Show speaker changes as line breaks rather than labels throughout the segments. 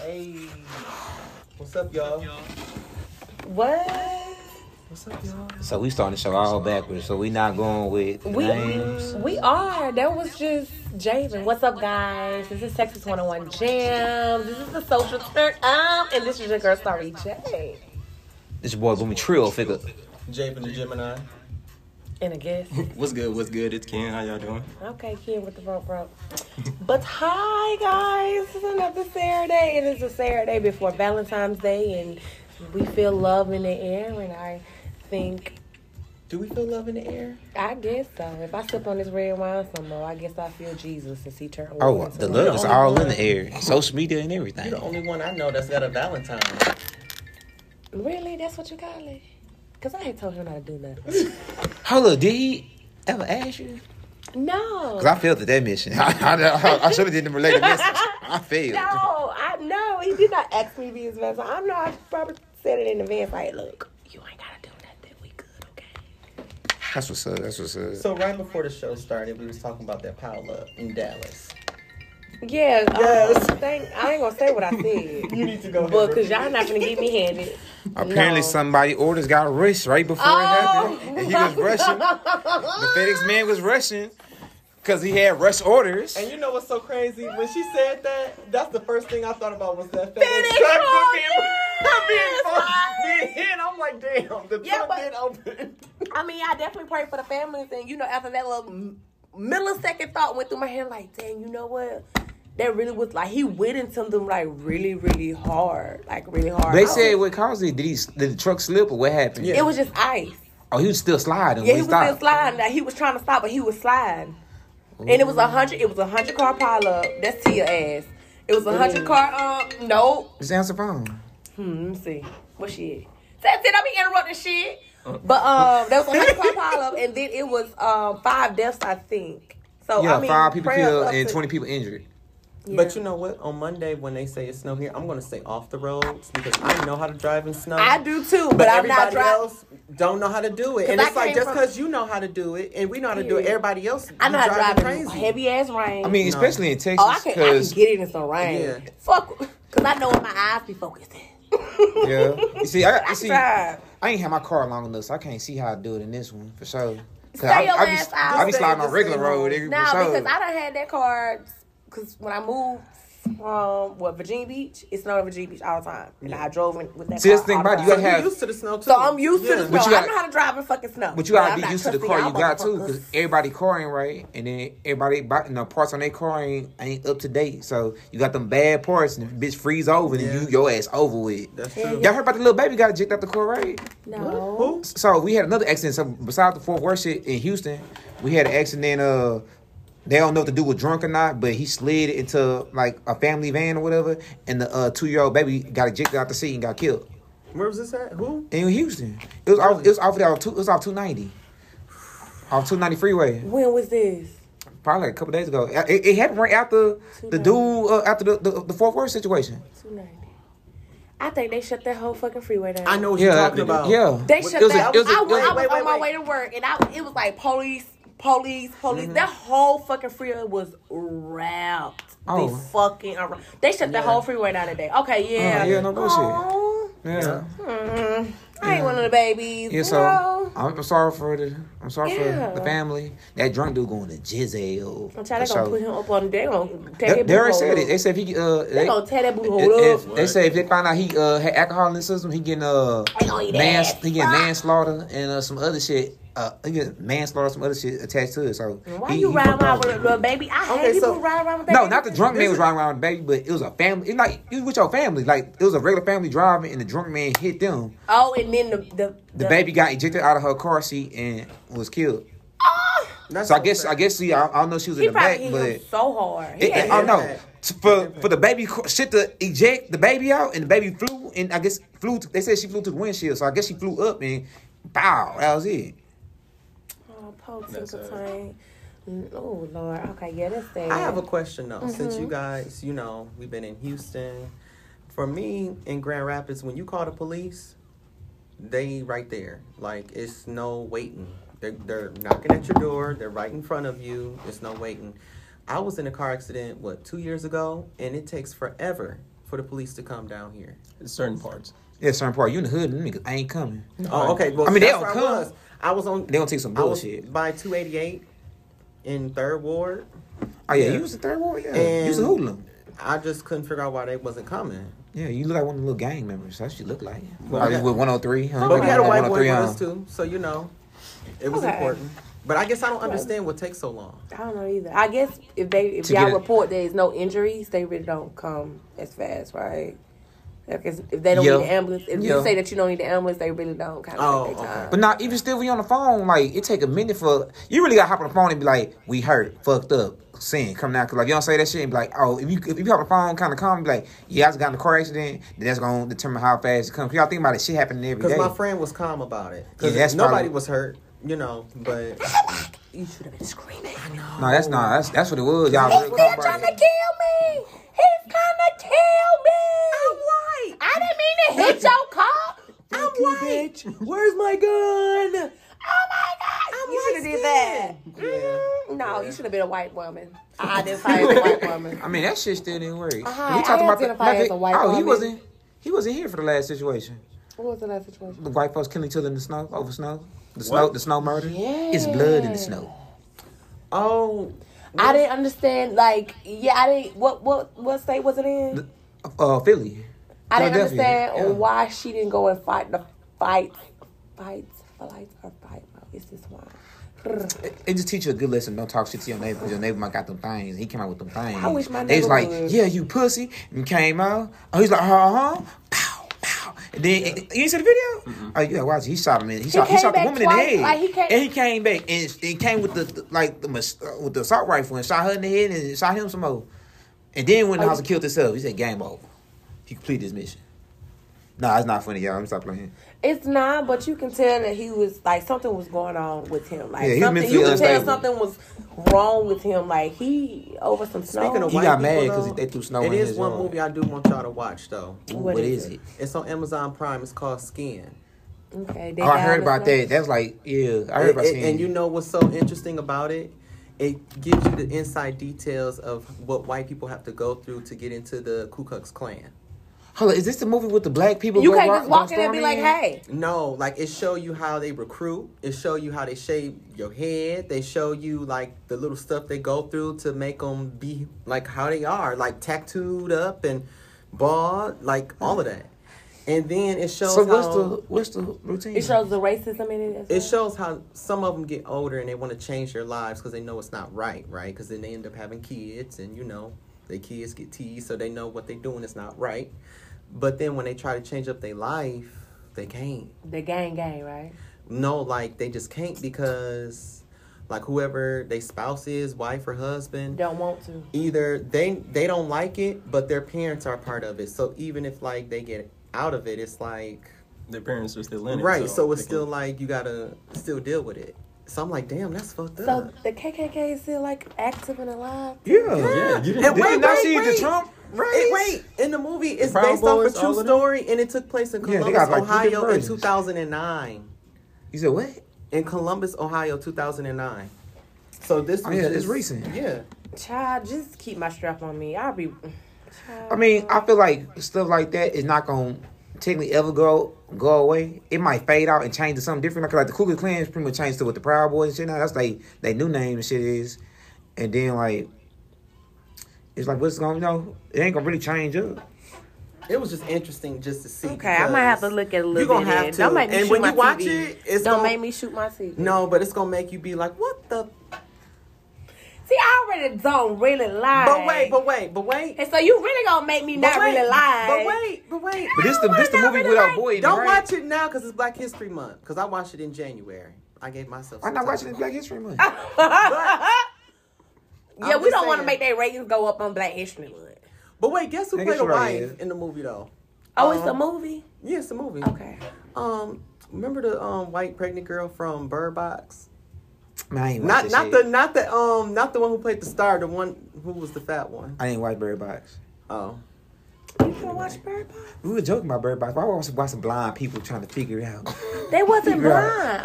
Hey, what's up, y'all?
What?
What's up, y'all?
So we starting the show all backwards. So we not going with the
We
names.
we are. That was just Javen. What's up, guys? This is Texas 101 Jam. This is the social turn up, and this is your girl, Sorry J.
This your boy Boomy Trill figure.
Jape and the Gemini.
And a guest.
What's good? What's good? It's Ken. How y'all doing?
Okay, Kim with the rope rope. But hi, guys. It's another Saturday. It is a Saturday before Valentine's Day, and we feel love in the air, and I think.
Do we feel love in the air?
I guess so. If I sip on this red wine some more, I guess I feel Jesus since he turned.
Oh,
one
the
into
love
one.
is all in the air. Social media and everything.
You're the only one I know that's got a Valentine.
Really? That's what you call it? Because I ain't told him not to do nothing.
Hold up, did he ever ask you?
no.
Cause I failed at that mission. I, I, I should have did the related message. I failed.
no, I know. He did not ask me to be his vest. I know I probably said it in advance. Like, look, you ain't got to do nothing. We good, okay?
That's what's up. That's what's up.
So right before the show started, we was talking about that pile up in Dallas.
Yeah.
Yes.
Um, thank, I ain't going to say what I said.
You need to go. ahead,
but because
Ruby.
y'all not going to get me handed.
Apparently,
No.
somebody orders got rushed right before it
Oh,
happened, and he was rushing. The FedEx man was rushing because he had rush orders.
And you know what's so crazy? When she said that, that's the first thing I thought about was that FedEx
FedEx
truck
truck,
being,
yes!
being, being hit. I'm like, damn, the
Yeah,
truck
but-
did open.
I mean, I definitely pray for the families, and you know, after that little m- millisecond thought went through my head, like, dang, you know what? That really was like he went into them like really, really hard, like really hard. I
They
was-
said what caused it? Did he? Did the truck slip or what happened?
Yeah.
it was just ice.
Oh, he was still
Yeah,
sliding. when
he
he
was
stopped.
still sliding. Like, he was trying to stop, but he was sliding. And it was a hundred. It was a hundred car pile up. That's Tia ass. It was a hundred car. Um, nope.
Just answer phone.
Hmm, let me see. What she is. That's it. I be interrupting shit. But um, there was a hundred car pile up, and then it was um five deaths, I think. So
Yeah,
I mean,
five people
prayers
killed
up
and
to-
twenty people injured.
But you know what? On Monday, when they say it's snow here, I'm gonna say off the roads because I know how to drive in snow.
I do too, but,
but
I'm not
everybody
driving.
else don't know how to do it. And
I
it's like
came
just
from-
because you know how to do it and we know how to do it,
Yeah.
everybody else
I know
you
how to drive
driving
in
crazy.
heavy ass rain.
I mean,
No.
especially in
oh, I
Texas,
can, I can
because
get it in some rain.
Yeah.
Fuck, cause I know where my eyes be focused. at.
yeah, you see, I,
I
you see, I
drive.
ain't had my car long enough, so I can't see how I do it in this one for sure. 'Cause
Stay
I,
your
I be,
ass out.
I be
Just
sliding
stay-
on regular
just stay
road
home.
every
No,
for sure.
because I done had that car. Because when I moved from what Virginia Beach, it snowed in Virginia Beach all the time, and I drove in with that.
See,
car
this thing
all the
about it,
time.
you gotta
You're
have-
used to the snow too.
So I'm used to the
Yeah.
snow.
But you
I
gotta-
know how to drive in fucking snow.
but you gotta
I'm
be
not
used to the
trusting
car
y'all
you got too,
motherfuckers.
because everybody car ain't right, and then everybody bo- you know, parts on their car ain't, ain't up to date. So you got them bad parts, and the bitch freeze over, and
Yeah.
you your ass over with.
That's
Yeah,
true.
Y'all heard about the little baby got ejected out the car, right?
No.
Who?
So we had another accident. So besides the Fort Worth shit in Houston, we had an accident. Uh, they don't know if the dude was drunk or not, but he slid into like a family van or whatever, and the uh, two year old baby got ejected out the seat and got killed
Where was this at? Who?
in Houston. It was off. It was off. Of two, it was off two ninety. Off two ninety freeway,
When was this?
probably like a couple days ago. It, it happened right after the
290.
dude uh, after the, the the Fort Worth situation.
290. I think they shut that whole fucking freeway down.
I know what
Yeah,
you're talking about.
yeah.
They
It
shut
was a-
that.
it was a-
I
it
went-
was a-
I was
Wait, wait,
on my
wait.
way to work, and I it was like police, police, police.
Mm-hmm.
That whole fucking freeway was wrapped.
Oh.
The fucking. ar- They shut the whole freeway down today. Okay, yeah.
Oh, yeah, no bullshit.
Aw.
yeah.
Mm, I ain't one of the babies.
Yeah, so
No.
I'm, I'm sorry for the I'm sorry
Yeah.
for the family. That drunk dude going to jail.
I'm trying to
for
go
sure.
put him up on. They gonna take
They,
his
they already
boothole
said
up.
it. They said if he uh
They
they,
gonna tear that blue hole up.
if, they say if they find out he uh had alcohol in his system, he getting uh
They gonna eat
mans-
ass.
he getting manslaughter and uh, some other shit. Uh, he getting manslaughter, some other shit attached to it. So
Why
he-
you
he
riding
fucked
around
up.
with a little baby? I hate
Okay,
people
so-
who ride around with that.
No,
baby.
not the drunk man
This
was
is-
riding around with the baby, but it was a family. It's like you was with your family. Like it was a regular family driving, and the drunk man hit them.
Oh, and then the the,
The baby got ejected out of her car seat and was killed.
That's
So I
so
guess
sad.
I guess see, I, I don't know if she was
He
in the back,
probably hit
but
him so hard. He
it,
had
I don't
to-
know. For for the baby co- shit to eject the baby out, and the baby flew, and I guess flew. To, they said she flew to the windshield, so I guess she flew up and bow. That was it.
Oh, Poe
That's
took a
sad.
time. Oh Lord. Okay, yeah, that's sad.
I have a question though. Since
Mm-hmm.
you guys, you know, we've been in Houston. For me, in Grand Rapids, when you call the police, they right there. Like it's no waiting. They're, they're knocking at your door. They're right in front of you. It's no waiting. I was in a car accident what two years ago, and it takes forever for the police to come down here?
Certain parts.
Yeah, certain part. You in the hood, and niggas ain't coming.
Oh, okay. Well,
I mean, they
that's
don't
where
come.
I was. I was on.
They don't take some
I was
bullshit.
by 288 in Third Ward.
Oh yeah,
Yeah.
you was the third ward. Yeah,
And-
you was a hoodlum.
I just couldn't figure out why they wasn't coming.
Yeah, you look like one of the little gang members. That's what you look like.
Well,
oh,
we
you
got-
with 103. Huh?
But we had a
Like
white boy with
103, huh?
us too, so you know, it was
Okay.
important. But I guess I don't understand what takes so long.
I don't know either. I guess if they if
To
y'all
get it-
report there's no injuries, they really don't come as fast, right? Because if they don't
Yeah.
need the ambulance, if
Yeah.
you say that you don't need the ambulance, they really don't kind
Oh,
of take their
okay.
time.
But not even still, we on the phone. Like it take a minute for you really gotta hop on the phone and be like, "We hurt, fucked up, sin, come down." Cause like you don't say that shit and be like, "Oh, if you if you hop on the phone, kind of calm, be like, yeah, I just got in a car accident. Then that's gonna determine how fast it comes." 'Cause Y'all think about it, shit happening every
Because
day.
my friend was calm about it. Because
Yeah, that's
nobody
probably-
was hurt, you know. But
You should have been screaming.
no, that's not. That's that's what it was. Y'all
He's
real
still
calm
trying
about
to
it.
kill me. He's trying to kill me. I'm white. I didn't mean to hit your car. I'm white. Where's my gun? Oh my god! you should have did that. Mm, no, you should have been a white woman. I identify as a white woman.
I mean, that shit still didn't work.
Uh-huh,
we
I
talked about the,
identify as a white
oh, he
woman.
wasn't. He wasn't here for the last situation.
What was the last situation?
The white folks killing each other in the snow over snow. The snow, the snow murder. It's blood in the snow.
oh,
I didn't understand. Like, yeah, I didn't. What what what state was it in?
Uh, Philly.
I didn't
Philadelphia,
understand
yeah.
why she didn't go and fight the fight, fights, fights, or fight. Oh, It's this one.
It, it just teach you a good lesson. Don't talk shit to your neighbor. 'cause Your neighbor might got them things. He came out with them things.
I wish my
They was
neighbor
like,
would.
yeah, you pussy. And came out. Oh, he's like, uh huh. Pow, pow. And then you ain't see the video? Oh yeah, watch. He shot him in. He shot. He,
came
shot the
back
woman
twice,
in the head.
like, he came-
and he came back and he came with the, the- like the mus- uh, with the assault rifle and shot her in the head and shot him some more. And then went in the
Oh,
house
you-
and killed himself. He said, game over. He completed his mission. Nah, it's not funny, y'all. I'm stop playing.
It's not, but you can tell that he was like something was going on with him. Like
Yeah, he's
something, you
mentally
can tell
unstable.
something was wrong with him. Like he over some snow.
speaking of
He
white
got
people,
mad 'cause
though,
they threw snow
It
in
is
his
one
yard.
movie I do want y'all to watch though.
Ooh,
What
what
is
is,
it?
it?
It's on Amazon Prime. It's called Skin.
okay, they
Oh, I
got
heard
him
about
snow.
that. That's like, yeah, I heard about
It- it-
seeing
and you know what's so interesting about it? It gives you the inside details of what white people have to go through to get into the Ku Klux Klan.
Hold on, is this the movie with the black people?
You
go
can't
ro-
just walk
go
in and be like,
storming
"Hey,
No, like it show you how they recruit. It show you how they shave your head. They show you like the little stuff they go through to make them be like how they are, like tattooed up and bald, like all of that. And then it shows
So what's
how
the what's the routine?
It shows the racism in it. as well.
it shows how some of them get older and they want to change their lives because they know it's not right, right? Because then they end up having kids, and you know, their kids get teased, so they know what they're doing is not right. But then when they try to change up their life, they can't.
the gang gang, right?
No, like they just can't because, like whoever they spouse is, wife or husband,
Don't want to.
either they they don't like it, but their parents are part of it. So even if like they get out of it, it's like
Their parents are still in it.
right. So, it's
they
still
can-
like you gotta still deal with it. So I'm like, damn, that's fucked
So
up.
the KKK is still like active and alive.
Oh, yeah.
Yeah, you
And
Did
didn't.
wait,
you not
wait,
see
wait.
the Trump?
It- wait, in the movie, it's
Proud
based off a
Boys, all of
true
them?
story, and it took place in
Yeah,
Columbus,
they got, like, two different
Ohio, in
versions.
2009.
You said what?
In Columbus, Ohio, 2009. So this
Oh,
was
yeah, it's
just-
recent.
Yeah.
Child, just keep my strap on me. I'll be. Child.
I mean, I feel like stuff like that is not gonna technically ever go go away. It might fade out and change to something different. Like, like the Ku Klux Klan pretty much changed to what the Proud Boys and shit now. That's like they new name and shit is. And then like it's like what's gonna you know, it ain't gonna really change up.
It was just interesting just to see.
Okay, I might have to look at a little
You're gonna
bit.
have
then.
to.
Don't make me
and
shoot
when
my
you watch
TV.
it, it's
don't
gonna,
make me shoot my TV.
No, but it's gonna make you be like, what the?
See, I already don't really lie.
But wait, but wait, but wait.
and so you really gonna make me
but
not
wait,
really lie.
But wait, but wait.
But this the this the movie with our boy. in it,
Don't
right?
watch it now because it's Black History Month. Because I watched it in January. I gave myself. some
I'm not
time.
watching this Black History Month.
Ah.
I'm
yeah, we
just
don't want
saying.
to make their ratings go up on Black History Month.
But wait, guess who
I
played
guess
a
you're right,
wife
yeah.
in the movie though?
Oh, it's a
Um,
movie.
Yeah, it's a movie.
Okay.
Um, remember the um white pregnant girl from Bird Box?
Man, I ain't watch
Not
this
not
shit.
the not the um not the one who played the star, the one who was the fat one.
I didn't watch Bird Box.
Oh.
You should watch Bird Box.
We were joking about Bird Box. Why was watching blind people trying to figure it out?
They wasn't
Figure out.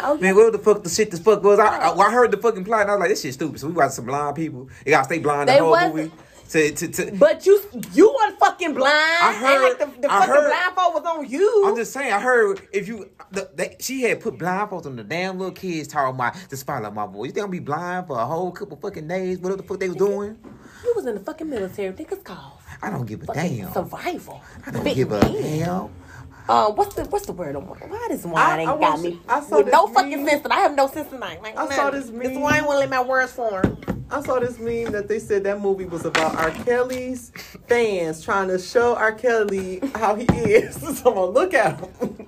blind. Oh,
Man, what the fuck the shit this fuck was? I, I, I heard the fucking plot and I was like, this shit stupid. So we watched some blind people. They gotta stay blind
They
the whole
wasn't-
movie. to to, to
But you you were fucking blind.
I
I like
heard-
the, the
I
fucking
heard-
blindfold was on you.
I'm just saying. I heard if you, the, they, she had put blindfolds on the damn little kids. Talking about just follow my boy. You think I'm be blind for a whole couple fucking days? Whatever the fuck they was doing.
you was in the fucking military. Niggas called
I don't give a
fucking
damn.
survival.
I don't
Big
give a
man.
damn.
Uh, what's the what's the word on wine? Why this wine
I-
ain't
I
got
was-
me?
I saw
With
this
no fucking
meme.
sense, and I have no sense tonight. Like,
I
none.
saw this
This
meme.
wine won't let my words form.
I saw this meme that they said that movie was about R. Kelly's fans trying to show R. Kelly how he is. Someone look at him.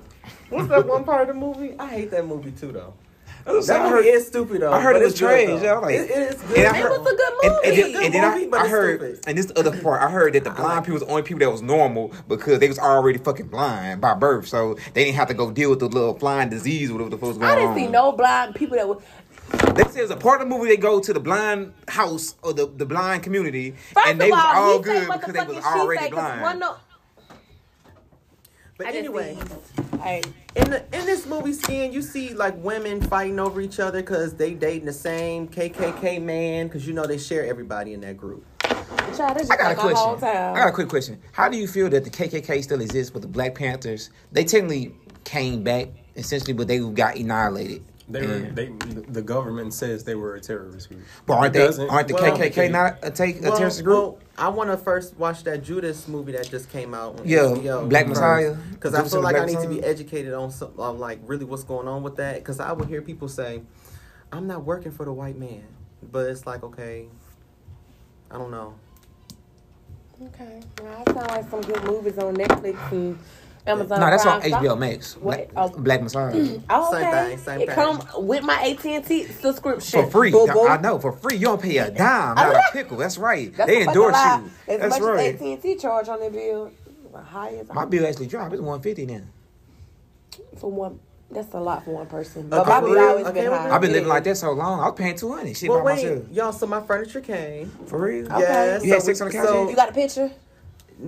What's that one part of the movie? I hate that movie too, though. That
I
movie
heard,
is stupid though.
I heard
but
it was
it's good,
trash.
though.
Yeah, I'm like,
it, it is good.
and I
It
heard-
was a good
And, and
movie.
then, and then I-
Good movie, but
I,
it's
heard,
stupid.
and this the other part. I heard that the blind people was the only people that was normal because they was already fucking blind by birth, so they didn't have to go deal with the little blind disease, whatever the fuck was going
I
on.
didn't see no blind people that was.
They said it was a part of the movie they go to the blind house or the, the blind community,
First
and they
of all,
was all
he
good
say
because they was
motherfucking, she
already
say, 'cause
blind.
One no,
But
I just
anyway,
see- Hey,
in the, in this movie skin, you see like women fighting over each other because they dating the same KKK man because you know they share everybody in that group.
child, this
I
just
got
like
a
a whole
question.
time.
I got a quick question. How do you feel that the KKK still exists, but the Black Panthers they technically came back essentially, but they got annihilated.
They were,
And-
they, the government says they were a terrorist group.
but aren't
It
they?
doesn't-
Aren't the
well,
KKK not a, uh, take, a terrorist group?
well, I want to first watch that Judas movie that just came out. On
Yeah, Black Messiah.
Because I
Judas
feel
and the
like I
Black
need to
Messiah.
be educated on some, on like really what's going on with that. Because I would hear people say, "I'm not working for the white man," but it's like, okay, I don't know.
Okay, well, I sound like some good movies on Netflix and Amazon.
no, that's on
Prime.
HBO Max. Black,
What? Oh.
Black Messiah
Oh,
Same
okay.
thing, same
it
thing.
come with my AT and T subscription
for free.
Boo boo.
I know for free. You don't pay a dime, not a pickle. That's right.
That's
they
a fucking
endorse
lie.
you.
As
That's
much
right.
as AT and T charge on their bill, the highest
My bill actually dropped. It's one fifty now.
for one. That's a lot for one person. But
Okay,
my
for
bill
real?
always
Okay,
been
well,
high.
then-
I've been
Yeah.
living like that so long. I was paying two hundred shit
But
by
wait,
myself.
y'all. So my furniture came.
For real.
Okay.
Yes.
You had sex on the couch
so-
yet?
You got a picture?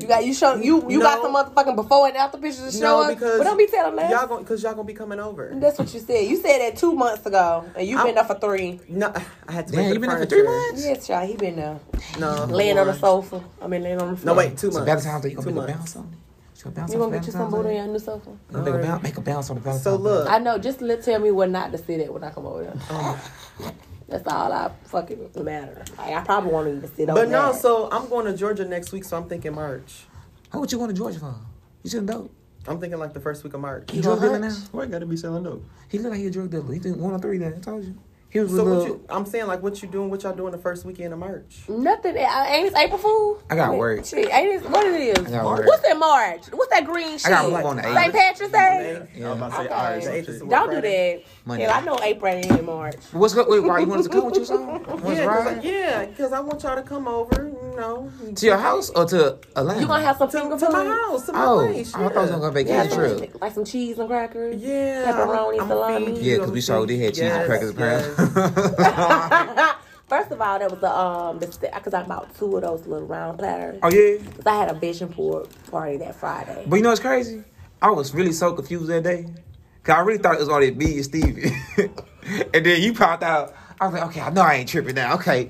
You got you show you you got
No.
some motherfucking before and after pictures to
no,
show us.
because
But don't be telling us.
y'all because y'all gonna be coming over.
That's what you said. You said that two months ago, and you've been
I'm-
up for three.
No, I had to.
Damn,
wait for
you
the
been there for
furniture.
three months.
Yes, y'all. He been there,
No,
laying on the
one.
sofa. I mean, laying on the
No,
floor.
wait, two
So
months.
Valentine's Day, you gonna
Two
make a
months.
bounce on it? You gonna bounce
You
on
gonna get you some booty on your new sofa?
Gonna make a bounce, make a bounce on the Valentine's
So look,
Day.
I know. Just let, tell me what not to sit at when I come over there. That's all I fucking matter. Like, I probably won't even sit over
But no,
there.
so I'm going to Georgia next week, so I'm thinking March.
How would you going to Georgia for? You shouldn't dope.
I'm thinking like the first week of March.
He
You gonna
drug dealer now.
hunch?
Why you gotta be selling dope?
He look like he a drug dealer. He did one on three then. I told you. He was with
So what
little.
you, I'm saying like what you doing, what y'all doing the first weekend of March?
Nothing. I- Ain't this April Fool?
I got work.
Shit, ain't this what it is?
got work.
What's that March? What's that green shit?
I got work on the
St.
8th.
Patrick's Day.
Hey,
I'm about to say,
Okay.
all right,
The
so
eighth is
shit.
the
Don't do
Friday.
that.
Monday.
Hell, I know April ain't in March.
What's good? Wait, Rod, you want us to come with you, son? What's
Yeah, cause,
right?
I- yeah, because I want y'all to come over, you know,
To your house or to Atlanta?
You gonna have some
to,
finger
to my
food?
house, to my
Oh,
place.
I thought you was gonna go vacation
some-
trip.
Like some cheese and crackers.
Yeah,
Pepperoni,
I'm
salami.
feeding
Yeah,
you,
because we
I'm
saw they
feeding-
had cheese and
yes,
crackers.
yes.
Apparently.
First of all, that was the um, the st- cause I bought two of those little round platters.
oh yeah.
Cause I had a vision board party that Friday.
But you know what's crazy? I was really so confused that day. Cause I really thought it was only me and Stevie. and then you popped out. I was like, okay, I know I ain't tripping now. Okay.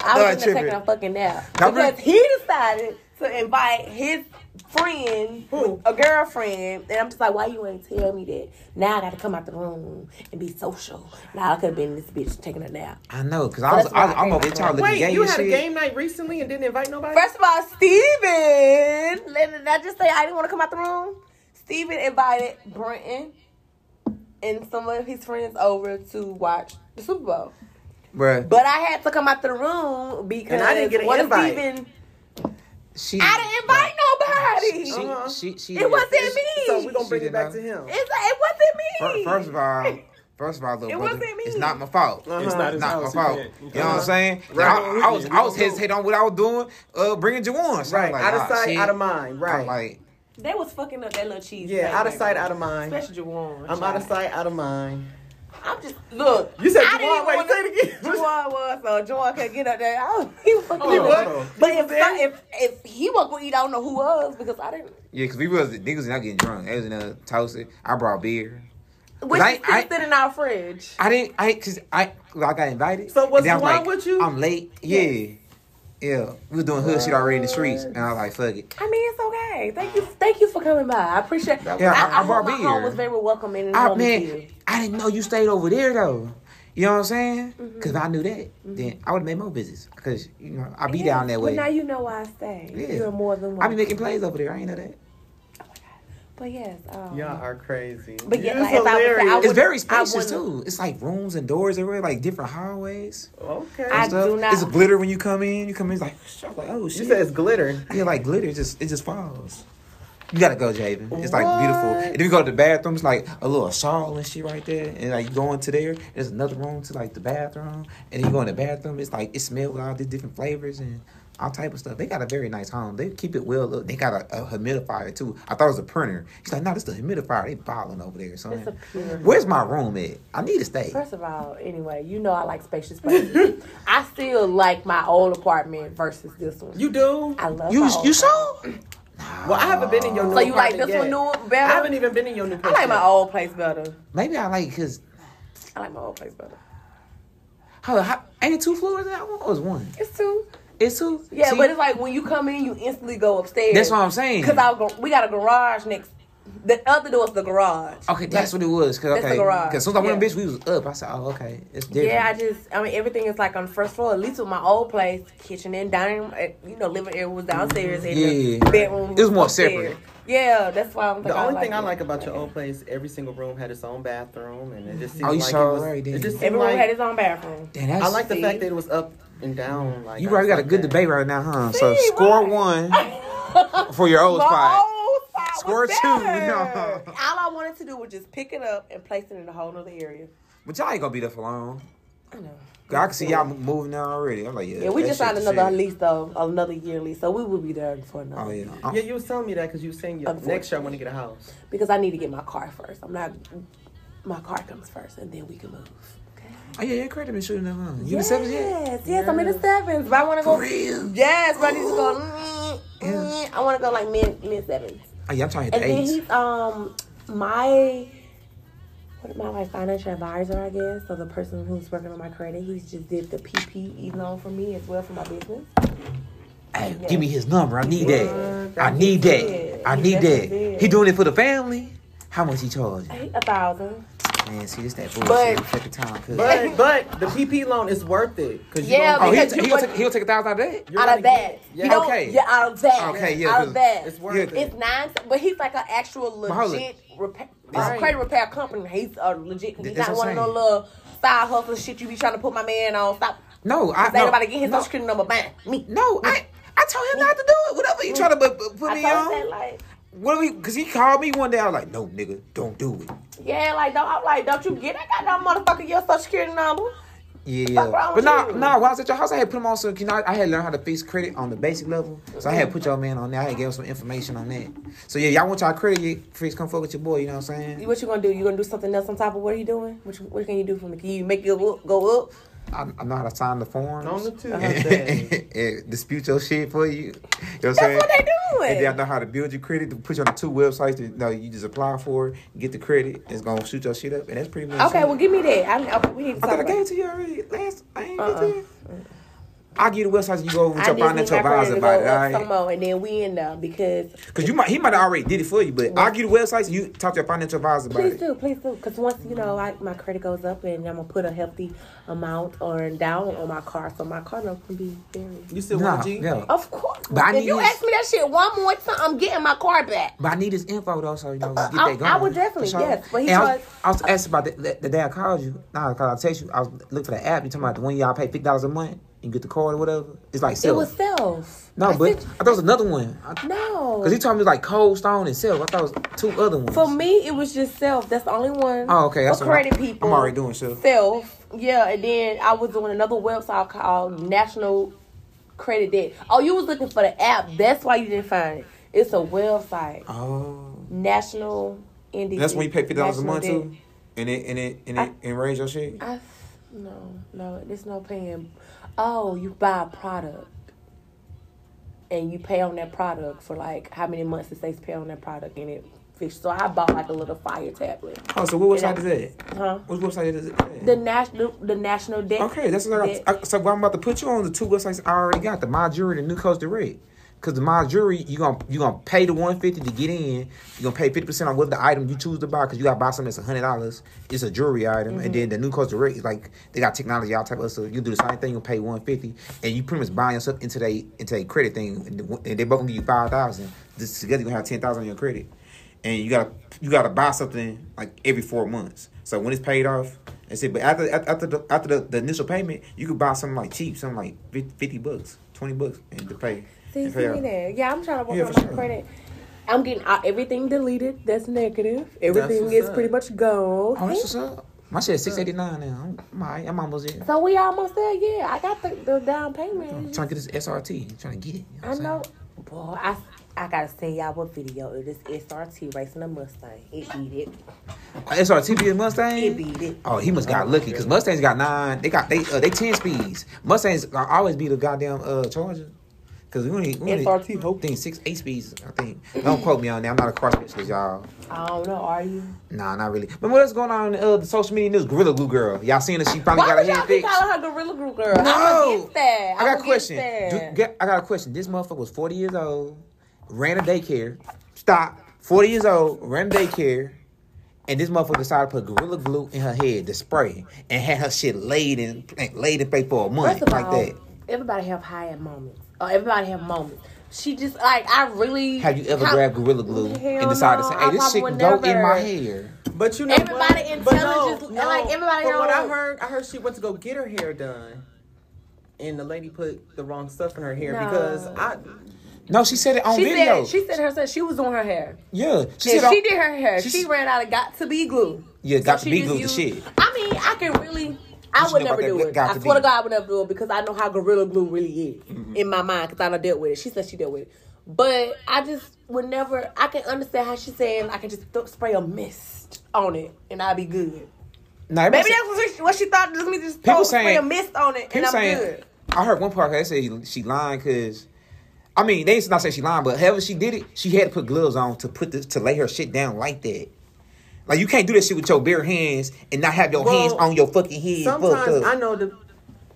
I, know
I
I
was
ain't
in there taking a
tripping.
fucking nap
Now,
because
Bri-
he decided to invite his friend,
Who?
a girlfriend, and I'm just like, why you ain't tell me that? Now I got to come out the room and be social. Now I could have been this bitch taking a nap.
I know, cause I was,
that's
I was
why I
I'm over
came
y'all looking
Wait,
gay
you
and
had a
shit.
game night recently and didn't invite nobody?
First of all, Steven, let- did I just say I didn't want to come out the room? Steven invited Brenton and some of his friends over to watch the Super Bowl.
Bruh,
But I had to come out the room because
And I didn't get an
what if
invite.
Steven-
she,
I didn't invite nobody.
She,
Uh-huh.
she, she,
It wasn't
it's-
me.
so we're gonna
She
bring
did
it back
not.
to him.
It's like, it wasn't
Fir-
me.
First of all, first of all, little
It
brother,
wasn't me.
it's not my fault.
It's not
It's
his
not my
house. he
fault.
can't- he
You know what
can't-
I'm saying?
Right.
I, I was,
We
I was
don't know.
hesitating on what I was doing, uh, bringing Jawan. So I
Right,
was like,
out of
nah,
sight,
shit.
out of mind.
I was
Right.
like,
they was fucking up that little cheese.
yeah, out of sight, out of mind.
Especially Juwan.
I'm out of sight, out of mind.
I'm just look.
You said
I
Juwan,
didn't even
wait,
wanna-
say it again.
Juwan was so Juwan could get up there. I was, he was fucking.
He
up.
was?
But
He
if,
was there?
if if he was gonna eat, I don't know who was because I didn't.
yeah, because we was niggas was not getting drunk. They was in a toasted. I brought beer.
Which
I-
is still
I-
sitting in our fridge.
I didn't, I, cause I, well, I got invited.
So was
and then I
Juwan with you?
I'm late. Yeah. Yeah, we was doing hood shit already in the streets, and I was like, "Fuck it."
I mean, it's okay. Thank you, thank you for coming by. I appreciate.
Yeah, I-
I,
I brought
hope my
beer.
home was very welcoming. And
I
homey
man,
here.
I didn't know you stayed over there though. You know what I'm saying?
Mm-hmm.
Because I knew that, then I would have made more visits. Because you know I be
Yeah,
down that way.
But now you know why I stay.
Yeah.
You're more than one.
I be making plays over there. I ain't know that.
But yes, um,
Y'all are crazy.
But yeah,
You're
like, if I was to- I
hilarious.
It's very
I
spacious too. It's like rooms and doors everywhere, like different hallways.
okay.
I
and stuff.
do not-
It's glitter when you come in. You come in, it's like, I was like oh
you
shit.
said it's glitter.
yeah, like glitter. It just it just falls. You gotta go, Javen. It's like beautiful.
What?
And then you go to the bathroom. It's like a little shawl and shit right there. And like you go into there, there's another room to like the bathroom. And then you go in the bathroom. It's like it smells all these different flavors and all type of stuff. They got a very nice home. They keep it well. Look, they got a, a humidifier too. I thought it was a printer. She's like, no, this the humidifier. They balling over there. So
It's a pure-
where's my room at? I need to stay.
First of all, anyway, you know I like spacious places. I still like my old apartment versus this one.
You do?
I love
You
my old
you saw?
Well, I haven't been in your new
So you like
apartment
this one
yet.
new one better?
I haven't even been in your new
I
place.
like my
yet.
old place better.
Maybe I like cause
I like my old place better.
how, how, ain't it two floors in that one or is one?
It's two.
It's two.
Yeah,
See?
but it's like when you come in, you instantly go upstairs.
That's what I'm saying.
Cause I was, gon- we got a garage next. The other door's the garage.
Okay, that's what it was. Cause
That's the
okay,
garage.
because soon as I went,
Yeah.
bitch, we was up. I said, oh, okay, it's different.
Yeah, I just, I mean, everything is like on the first floor. At least with my old place, kitchen and dining, room, eh, you know, living area was downstairs and
Yeah.
the bedroom.
It was more
upstairs.
separate.
Yeah, that's why I'm.
The only thing I like about your old place, every single room had its own bathroom, and it just seemed
Oh, you
like
sure
it was.
right,
it
didn't
just
you?
seemed
Everyone
like,
had his own bathroom.
Damn, that's,
I like the
See?
fact that it was up and down. Like
you
I
probably got a
like
good
that.
debate right now, huh? so
See,
score
right.
one for your old spot.
My old spot
Score
was
two.
better.
No.
All I wanted to do was just pick it up and place it in a whole other area.
But y'all ain't gonna be there for long.
I know.
'Cause I can see y'all m- moving now already. I'm like, yeah.
Yeah, we
that
just
shit
signed
the
another
shit.
lease though, another year lease, so we will be there for another.
Oh yeah.
year.
I'm-
Yeah, you was telling me that because you was saying your next year I want to get a house.
Because I need to get my car first. I'm not. My car comes first, and then we can move. Okay.
Oh yeah, your credit been shooting up. Huh? You the seventh yet?
Yes, yes, I'm in the sevens, but I want to go.
For real?
Yes, but I need to go. mm,
Yeah.
mm, I want to go like mid mid sevens,
Oh yeah, I'm trying to
and
hit the
then
eights.
he's um my what my like financial advisor, I guess. So the person who's working on my credit, he's just did the PPE loan for me as well for my business.
Hey,
Yeah.
give me his number. I need that. I need
Yeah,
that. I
he
need
definitely
that.
did.
He doing it for the family. How much he charging?
A thousand.
Man, see this that
But-
bullshit. Fuck the time. cuz.
But but the PP loan is worth it because
Yeah,
Oh, he'll,
because
ta-
you
he'll,
would-
take, he'll take a thousand out of that.
You're
out
gonna
of that.
get-
You
yeah.
don't-
Okay.
yeah, out of that.
Okay, yeah,
out
'cause
of that.
it's
It's,
worth
Yeah.
it.
nine, but he's like an actual
hold
legit repair,
Right.
credit repair company. He's a legit. He's
That's
not
what
one
I'm
of those
saying.
little side hustle shit you be trying to put my man on. Stop.
No, I
Cause ain't
no,
nobody getting his
no,
social security number. Bang. Me.
No, I I told him not to do it. Whatever you trying to bu- bu- put
I
me
told that
on.
like,
Whatever, because he called me one day. I was like, no, nigga, don't do it.
yeah, like don't. I'm like, don't you get that goddamn motherfucker your social security number?
Yeah,
Fuck wrong
but
with
nah,
you?
nah. When I was at your house, I had put him on some. You know, I had learned how to fix credit on the basic level, so I had put your man on there. I had gave him some information on that. So yeah, y'all want y'all credit you freaks come fuck with your boy. You know what I'm
You-
saying?
What you gonna do? You gonna do something else on top of what he doing? What you, what can you do for me? Can you make it go up? Go up?
I, I know how to sign the forms.
On the two.
and dispute your shit for you. You know what I'm saying?
That's what they doing.
And then I know how to build your credit. To put you on the two websites that no, you just apply for, it, get the credit. It's gonna shoot your shit up, and that's pretty much.
Okay,
it.
well, give me that. I, okay, we need to talk
I think I
about
gave it to you already. Last, I ain't get
Uh-uh.
to you. I'll give you the websites. You go with your
I just need
financial
my friend
advisor
to
about it,
go
all
up some
right?
more, and then we in there because
Cause you might, he might have already did it for you, but I'll give you the websites. And you talk to your financial advisor about
please
it.
do, please do, because once you know I, my credit goes up, and I'm gonna put a healthy amount or down on my car, so my car note can be very.
You still
Nah,
want G?
yeah.
Of course,
But I
if
need
you
his-
ask me that shit one more time, I'm getting my car back.
But I need his info though, so you know, get
I-
that going.
I would definitely,
For
yes, but he
And I was,
was-
I was asked about the, the, the day I called you. Nah, cause I text you. I was looking for the app. You talking about the one y'all pay fifty dollars a month? You get the card or whatever. It's like
It
self.
was self.
no,
I
but
said-
I thought it was another one. I,
no,
Cause he told me it was like Cold Stone and Self. I thought it was two other ones.
For me, it was just self. That's the only one.
Oh, okay. That's
for
what I-
credit people.
I'm already doing self.
Self. Yeah, and then I was doing another website called National Credit Debt. Oh, you was looking for the app. That's why you didn't find it. It's a website.
Oh,
National NDC.
that's when you pay fifty dollars a
National
month
Debt.
too, and it and it and it and raise your shit.
I, no, no, there's no paying. Oh, you buy a product and you pay on that product for like how many months it says pay on that product and it fish. So I bought like a little fire tablet.
Oh, so what
Yeah.
website is that?
Huh?
Which website is it?
The national, the national debt.
Okay, that's what I,
debt.
I so what I'm about to put you on the two websites I already got, the My Jury and the New Coast Direct. Cause the My Jury, you gonna you gonna pay the one fifty to get in. You gonna pay fifty percent on what the item you choose to buy. Cause you gotta buy something that's hundred dollars. It's a jewelry item, and then the New Coast Direct is like they got technology all type of stuff. You do the same thing, you pay one fifty, and you pretty much buy yourself into they into a credit thing, and the- and they both gonna give you five thousand. This together you gonna have ten thousand on your credit, and you gotta you gotta buy something like every four months. So when it's paid off, that's it. But after after after the, after the, the initial payment, you could buy something like cheap, something like fif- fifty bucks, twenty bucks, and to pay.
See,
and
see
pay
me
off.
there. Yeah, I'm trying to work
Yeah,
on
for
my
sure.
credit. I'm getting uh, everything deleted. That's negative. Everything
what's
is
up.
pretty much gone.
Oh, that's what's up. My shit
Uh.
six eighty nine now. I'm, I'm, all right. I'm almost there.
so we almost there. Yeah, I got the, the down payment.
I'm trying to get this SRT. I'm trying to get it. you
I
what I'm
know.
saying?
Boy, I I gotta send y'all a video of this SRT racing a Mustang. It beat it.
Uh, SRT be a Mustang.
It beat it.
Oh, he must got lucky because Mustangs got nine. They got they uh, they ten speeds. Mustangs I always be the goddamn uh Charger. Cause we only, we only
SRT.
hope thing six eight speeds. I think. Don't quote me on that. I'm not a car specialist, y'all.
I don't know. Are you?
Nah, not really. But what else going on in uh, the social media news? Gorilla Glue Girl. Y'all seen that she finally
Why
got
would
her
y'all
hand
be
fixed?
calling her Gorilla Glue Girl? I'm
No,
against that.
I
I'm
got a
against
question.
that.
Do- get- I got a question. This motherfucker was 40 years old, ran a daycare. Stop. 40 years old, ran a daycare, and this motherfucker decided to put gorilla glue in her head, the spray, and had her shit laid in laid in place for a month
First of
like
all,
that.
everybody have high end moments. Uh, everybody have moments. She just like I really.
Have you ever
How-
grabbed gorilla glue
Hell
and decided
no,
to say,
I
"Hey, this
probably
shit can
would
go in
never.
my hair"?
But you know,
Everybody
what?
intelligent,
But
like, everybody
But what I
knows.
heard, I heard she went to go get her hair done, and the lady put the wrong stuff in her hair
No.
because I.
No, she said it on
She
video.
said she said herself she was doing her hair.
yeah, she
And
said
she
on-
did her hair.
she
She
s-
ran out of got to be glue.
Yeah, got to
she
be
just
glue the shit.
I mean, I can really.
What
I
you
would
know about
never do
that
it.
got
I
to
swear
be? Mm-hmm.
to God, I would never do it because I know how Gorilla Glue really is in my mind because I done dealt with it. She said she dealt with it, but I just would never. I can understand how she said I can just th- spray a mist on it and I'd be good.
Nah, everybody
Maybe
said-
that's what she, what she thought. Let me just
People
throw, spray
saying-
a mist on it and
People
I'm
saying,
good.
I heard one part. They say she lying because, I mean, they not say she lying, but however she did it, she had to put gloves on to put this to lay her shit down like that. Like you can't do that shit with your bare hands and not have your
Well,
hands on your fucking head. fucked
Sometimes
up.
I know the.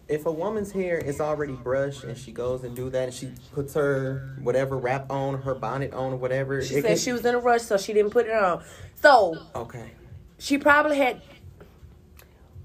If a woman's hair is already brushed and she goes and do that and she puts her whatever wrap on, her bonnet on, whatever.
She
it
said
can-
she was in a rush, so she didn't put it on. So
Okay.
she probably had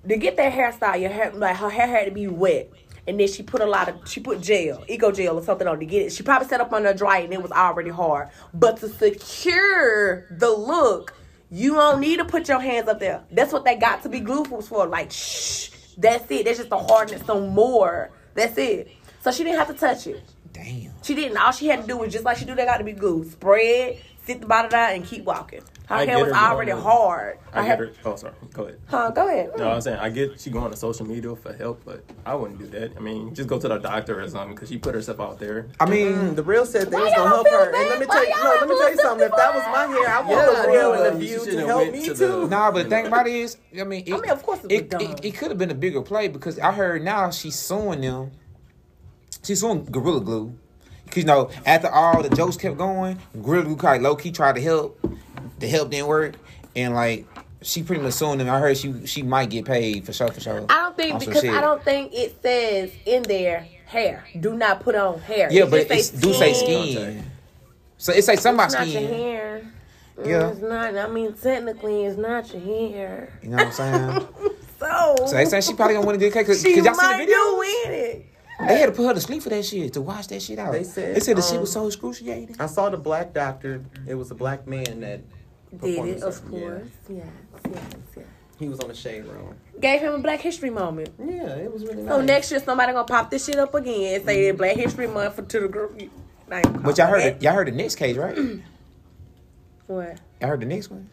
to get that hairstyle. Your hair, like her hair had to be wet, and then she put a lot of she put gel, eco gel or something on to get it. She probably set up on a dry, and it was already hard. But to secure the look, you don't need to put your hands up there. That's what they got to be glue was for. Like shh, that's it. That's just to harden it some more. That's it. So she didn't have to touch it.
Damn.
She didn't. All she had to do was just like she do. They got to be glued. Spread, sit the bottom down, and keep walking. Her
I
hair
get
was
her,
already
Mona.
hard.
I
had-
get her. Oh, sorry. Go ahead.
Huh? Go ahead.
No, I was saying I get she going to social media for help, but I wouldn't do that. I mean, just go to the doctor or something because she put herself out there.
I mean,
Mm, the real said they
Why
was gonna
y'all
help
feel
her. And let
bad?
me
Why
tell you,
y'all
no, let me
do
tell you
this
something. If that was
to
my hair, I want
Yeah,
the real and
no,
the view
you
to
should've
help
went
me
to the-
too.
Nah, but the thing about it is, I mean, it,
I mean, of course it was
it,
dumb.
it, could have been a bigger play because I heard now she's suing them. She's suing Gorilla Glue because you know after all the jokes kept going, Gorilla Glue kind low key tried to help. The help didn't work, and like she pretty much suing them. I heard she she might get paid for sure for sure.
I don't think
on some
because
shit.
I don't think it says in there hair. Do not put on hair.
Yeah,
It
but
just
it's, do say
skin.
skin. So it say something about
It's not your
skin.
hair.
Yeah.
Yeah, it's not. I mean, technically, it's not your hair.
You know what I'm saying?
So,
so they say she probably gonna win the case because
she
y'all see the
might
video.
do win it.
They had to put her to sleep for that shit to watch that shit out.
They said,
they said the shit
um,
was so excruciating.
I saw the black doctor. It was a black man that
Did
performed
it, of
something, yeah.
course. Yes, yes, yes.
He was on the shade room.
Gave him a Black History moment.
Yeah, it was really nice.
So next year somebody gonna pop this shit up again and say Black History Month for to the group. I ain't gonna
Mm-hmm.
call
But y'all heard
Oh, that.
it. Y'all heard the next case, right? y'all
What?
heard the next one.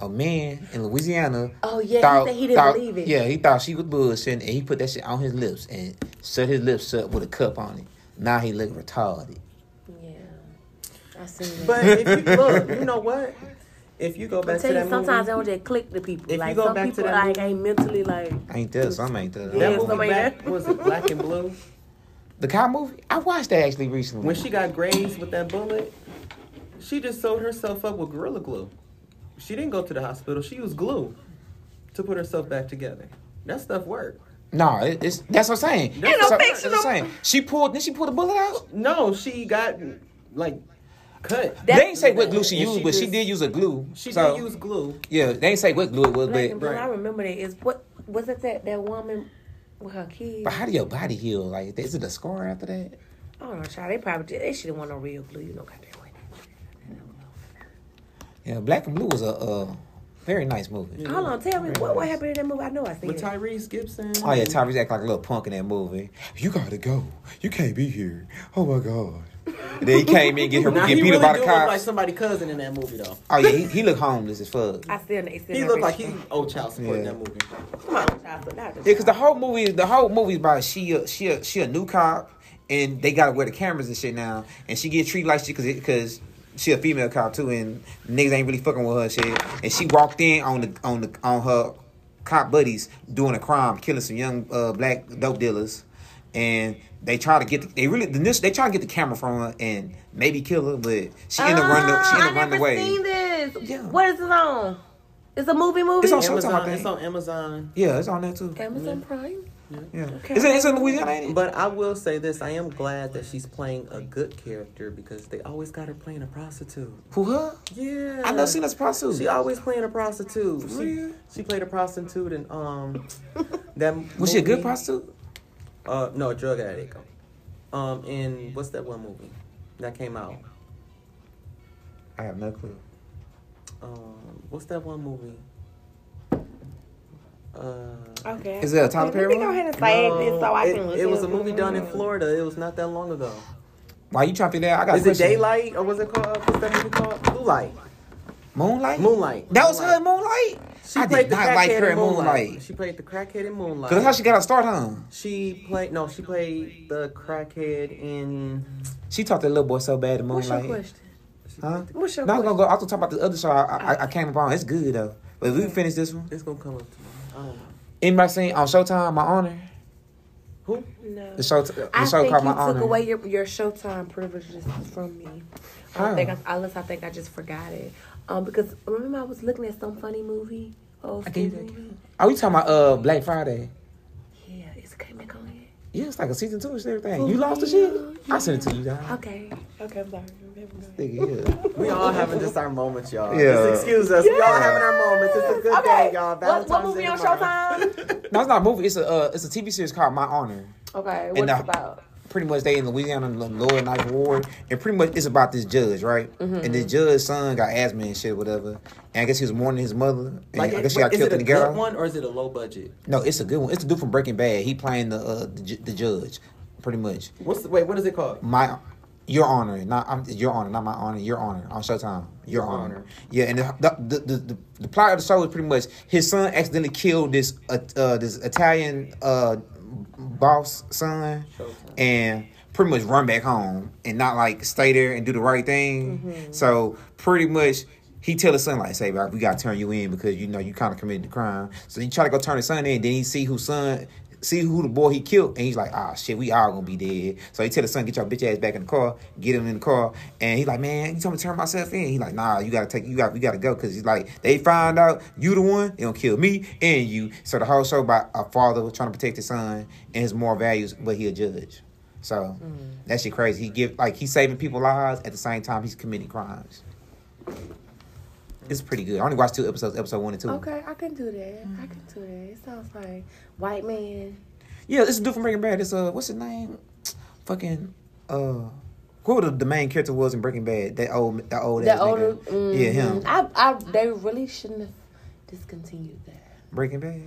A man in Louisiana.
Oh yeah, he said he didn't
thought-
believe it.
Yeah, he thought she was bullshitting, and he put that shit on his lips and shut his lips up with a cup on it. Now he look retarded.
Yeah. I seen that.
But if you look, you know what? If you go
But I
back
tell
to
you,
that
sometimes
movie,
they don't just click the people.
If
like
you go
some
back to
people
that
like ain't mentally like
Ain't that some? Ain't that?
Yeah,
that movie
somebody
back,
that-
was it Black and Blue?
The cow movie. I watched that actually recently.
When she got grazed with that bullet, She just sewed herself up with Gorilla Glue. She didn't go to the hospital. She used glue to put herself back together. That stuff worked.
No, it, it's that's what I'm saying.
Ain't no
fictional-
So- that's what I'm saying. She pulled. Then she pulled a bullet out.
No, she got like cut.
That-
they ain't say what glue she
And
used,
she
but she
just-
did use a glue.
she
so,
did use glue.
Yeah, they ain't say what glue it was,
Black and
but
blue,
Right.
I remember that. Is what was it that that woman with her kids?
but how do your body heal? Like, is it a scar after that?
I don't know, child. They probably did. They shouldn't want no real glue. You know, goddamn way.
Yeah, Black and Blue was a uh, very nice movie.
Hold on, tell me what what happened in that movie? I know I seen
With
it.
Tyrese Gibson.
Oh yeah, Tyrese act like a little punk in that movie. You gotta go. You can't be here. Oh my god. And then he came in and get her
Now,
get
he
beat
really
up by
do
the
look
cops.
like somebody cousin in that movie though.
oh yeah, he, he looked homeless as fuck.
I still it's still
He
not
looked like
rich.
he old child support in
Yeah.
that movie.
Come on, child. So not
Yeah, cause the whole movie, the whole movie about she, a, she, a, she a new cop, and they gotta wear the cameras and shit now, and she get treated like she, cause, it, cause she a female cop too, and niggas ain't really fucking with her and shit, and she walked in on the on the on her cop buddies doing a crime, killing some young uh, black dope dealers, and they try to get the, they really the, they try to get the camera from her and maybe kill her, but she end up running, she end
Ah, I
up running
never
away.
seen this.
Yeah.
What is it on? It's a movie. Movie.
It's on Showtime, I
Amazon,
think.
it's on Amazon.
Yeah, it's on there too.
Amazon Prime.
Yeah, it's, in- it's in Louisiana, ain't it?
But I will say this: I am glad that she's playing a good character because they always got her playing a prostitute.
Who her?
Yeah,
I never seen this prostitute.
She always playing a prostitute. She
Really?
she played a prostitute and um that
Was she a good
movie-
prostitute?
Uh, no, a drug addict. Um, in what's that one movie that came out?
I have no clue.
Um, what's that one movie? Uh,
Okay.
Is it a Tyler Perry
Let me go
one?
ahead and say
no,
this so I
it,
can look
it was a
up. Mm.
movie done in Florida. It was not that long ago.
Why you trying to figure that? out? I got a
Is it
question.
Daylight or was it called? uh, What's that movie called? Blue Light.
Moonlight.
Moonlight.
That was
Moonlight.
her in Moonlight.
She
I
played
did
the
not like
crackhead
her
in
in Moonlight.
She played the crackhead in Moonlight.
Cause that's how she got her start, huh?
She played no, she played the crackhead in.
She talked to that little boy so bad in
What's your
Moonlight.
question?
Huh?
What's your
No, I was
question?
gonna go. I was gonna talk about the other show I, I, I came upon. It's good though. But if we can finish this one.
It's gonna come up tomorrow. I don't know.
Anybody seen on Showtime? My honor.
Who?
No.
The show. The
I
show
think you
called
took
My Honor.
away your, your Showtime privileges from me. I don't
How?
Oh.
think I, unless I think I just forgot it. Um, because remember I was looking at some funny movie. Oh,
I gave that.
movie.
Are we talking about uh Black Friday?
Yeah, it's came back on it.
Yeah, it's like a season two and everything. You
For
lost the
real?
shit. I sent it to you, dog.
Okay. Okay, I'm sorry.
Nigga, yeah.
We all having just our moments, y'all.
Yeah.
Just excuse us. We all having our moments. It's a good
okay.
day, y'all.
What, what movie on
Valentine's Day
Showtime?
No, it's not a movie. It's a uh, it's a TV series called My Honor.
okay, what's
I-
it about?
pretty much they in Louisiana in the lower knife ward, and pretty much it's about this judge, right?
Mm-hmm,
And the judge's son got asthma and shit, whatever. And I guess he was mourning his mother, and
Like,
I guess she got
is
killed
it
in
a
the
good
ghetto.
one or is it a low budget?
No, it's a good one. It's the dude from Breaking Bad. He playing the uh, the, ju- the judge, pretty much.
What's the, wait? What is it called?
My, your honor, not I'm, your honor, not my honor, your honor on Showtime, your,
Your
honor.
Honor.
Yeah, and the the, the the the plot of the show is pretty much his son accidentally killed this uh, uh this Italian uh boss son,
Showtime.
and pretty much run back home and not like stay there and do the right thing.
Mm-hmm.
So pretty much. He tell his son like, "Say, bro, we gotta turn you in because you know you kind of committed the crime." So he try to go turn his son in. Then he see who son, see who the boy he killed, and he's like, "Ah, shit, we all gonna be dead." So he tell his son, "Get your bitch ass back in the car, get him in the car." And he like, "Man, you told me to turn myself in." He like, "Nah, you gotta take, you got, we gotta go." Cause he's like, they find out you the one, they gonna kill me and you. So the whole show about a father trying to protect his son and his moral values, but he a judge. So that shit crazy. He give like he's saving people lives at the same time he's committing crimes. It's pretty good. I only watched two episodes, episode one and two.
Okay, I can do that. I can do that. It sounds like white man.
Yeah, this is dude from Breaking Bad. It's uh, what's his name? Fucking uh, who the, the main character was in Breaking Bad? That old, that old, ass
The older,
nigga. yeah, him.
mhm. I, I, they really shouldn't have discontinued that.
Breaking Bad.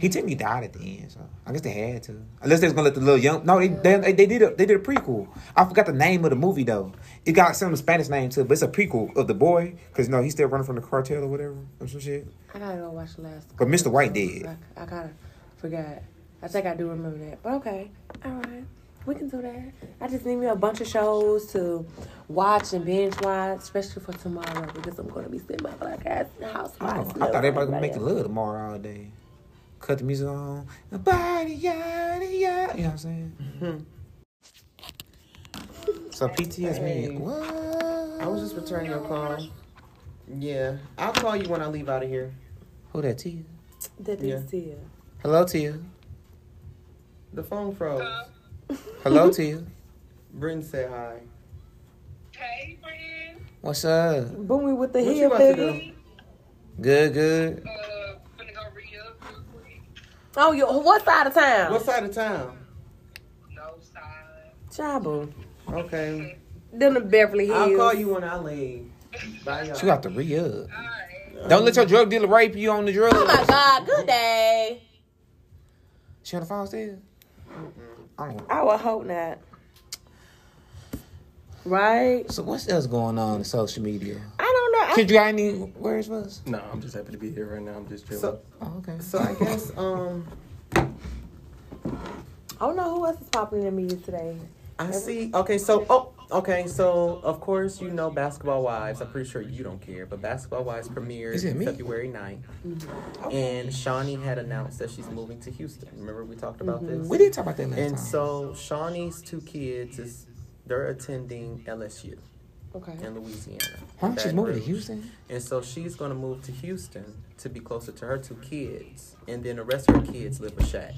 He technically died at the end, so I guess they had to. Unless they was gonna let the little young. No, they they, they did a they did a prequel. I forgot the name of the movie though. It got some Spanish name too, but it's a prequel of the boy because you know he's still running from the cartel or whatever or some shit.
I gotta go watch the last.
But Mr. White did.
I, I gotta forgot. I think I do remember that. But okay, all right, we can do that. I just need me a bunch of shows to watch and binge watch, especially for tomorrow because I'm gonna be sitting my black ass in the house.
I, don't know. I thought everybody gonna make it love tomorrow all day. Cut the music on. Body, yada, yada. You know what I'm
Mm-hmm.
saying? so PTS mean what?
I was just returning your call. Yeah, I'll call you when I leave out of here.
Who that Tia?
That
Yeah.
is Tia.
Hello Tia.
The phone froze.
Hello Tia.
Bryn said hi.
Hey, friend.
What's up?
Boomy with the
What you
heel
about to
figure.
do?
Good, good.
Uh, gonna go read up real quick.
Oh, yo, what side of town?
What side of town?
No sign.
Chabu.
Okay,
Them the Beverly Hills.
I'll call you when I leave. Bye, y'all.
She got to re up.
Uh-huh.
All right.
Don't let your drug dealer rape you on the drug.
Oh my God. Good day.
She on the phone still? I don't know.
I would hope not. Right?
So what's else going on in social media?
I don't know. I-
Kid, you got any words for us?
No, I'm just happy to be here right now. I'm just chilling.
So,
Oh, okay.
so I guess um,
I don't know who else is popping in the media today.
I see. Okay, so oh, okay, so of course you know Basketball Wives. I'm pretty sure you don't care, but Basketball Wives premiered
Is it me? Oh.
February 9th. and Shawnee had announced that she's moving to Houston. Remember we talked about this.
We did talk about that last
And
time.
so Shawnee's two kids is they're attending LSU
Okay.
in Louisiana.
Huh? She's
Baton
moving to
Rouge.
Houston.
And so she's gonna move to Houston to be closer to her two kids, and then the rest of her kids live with Shaq.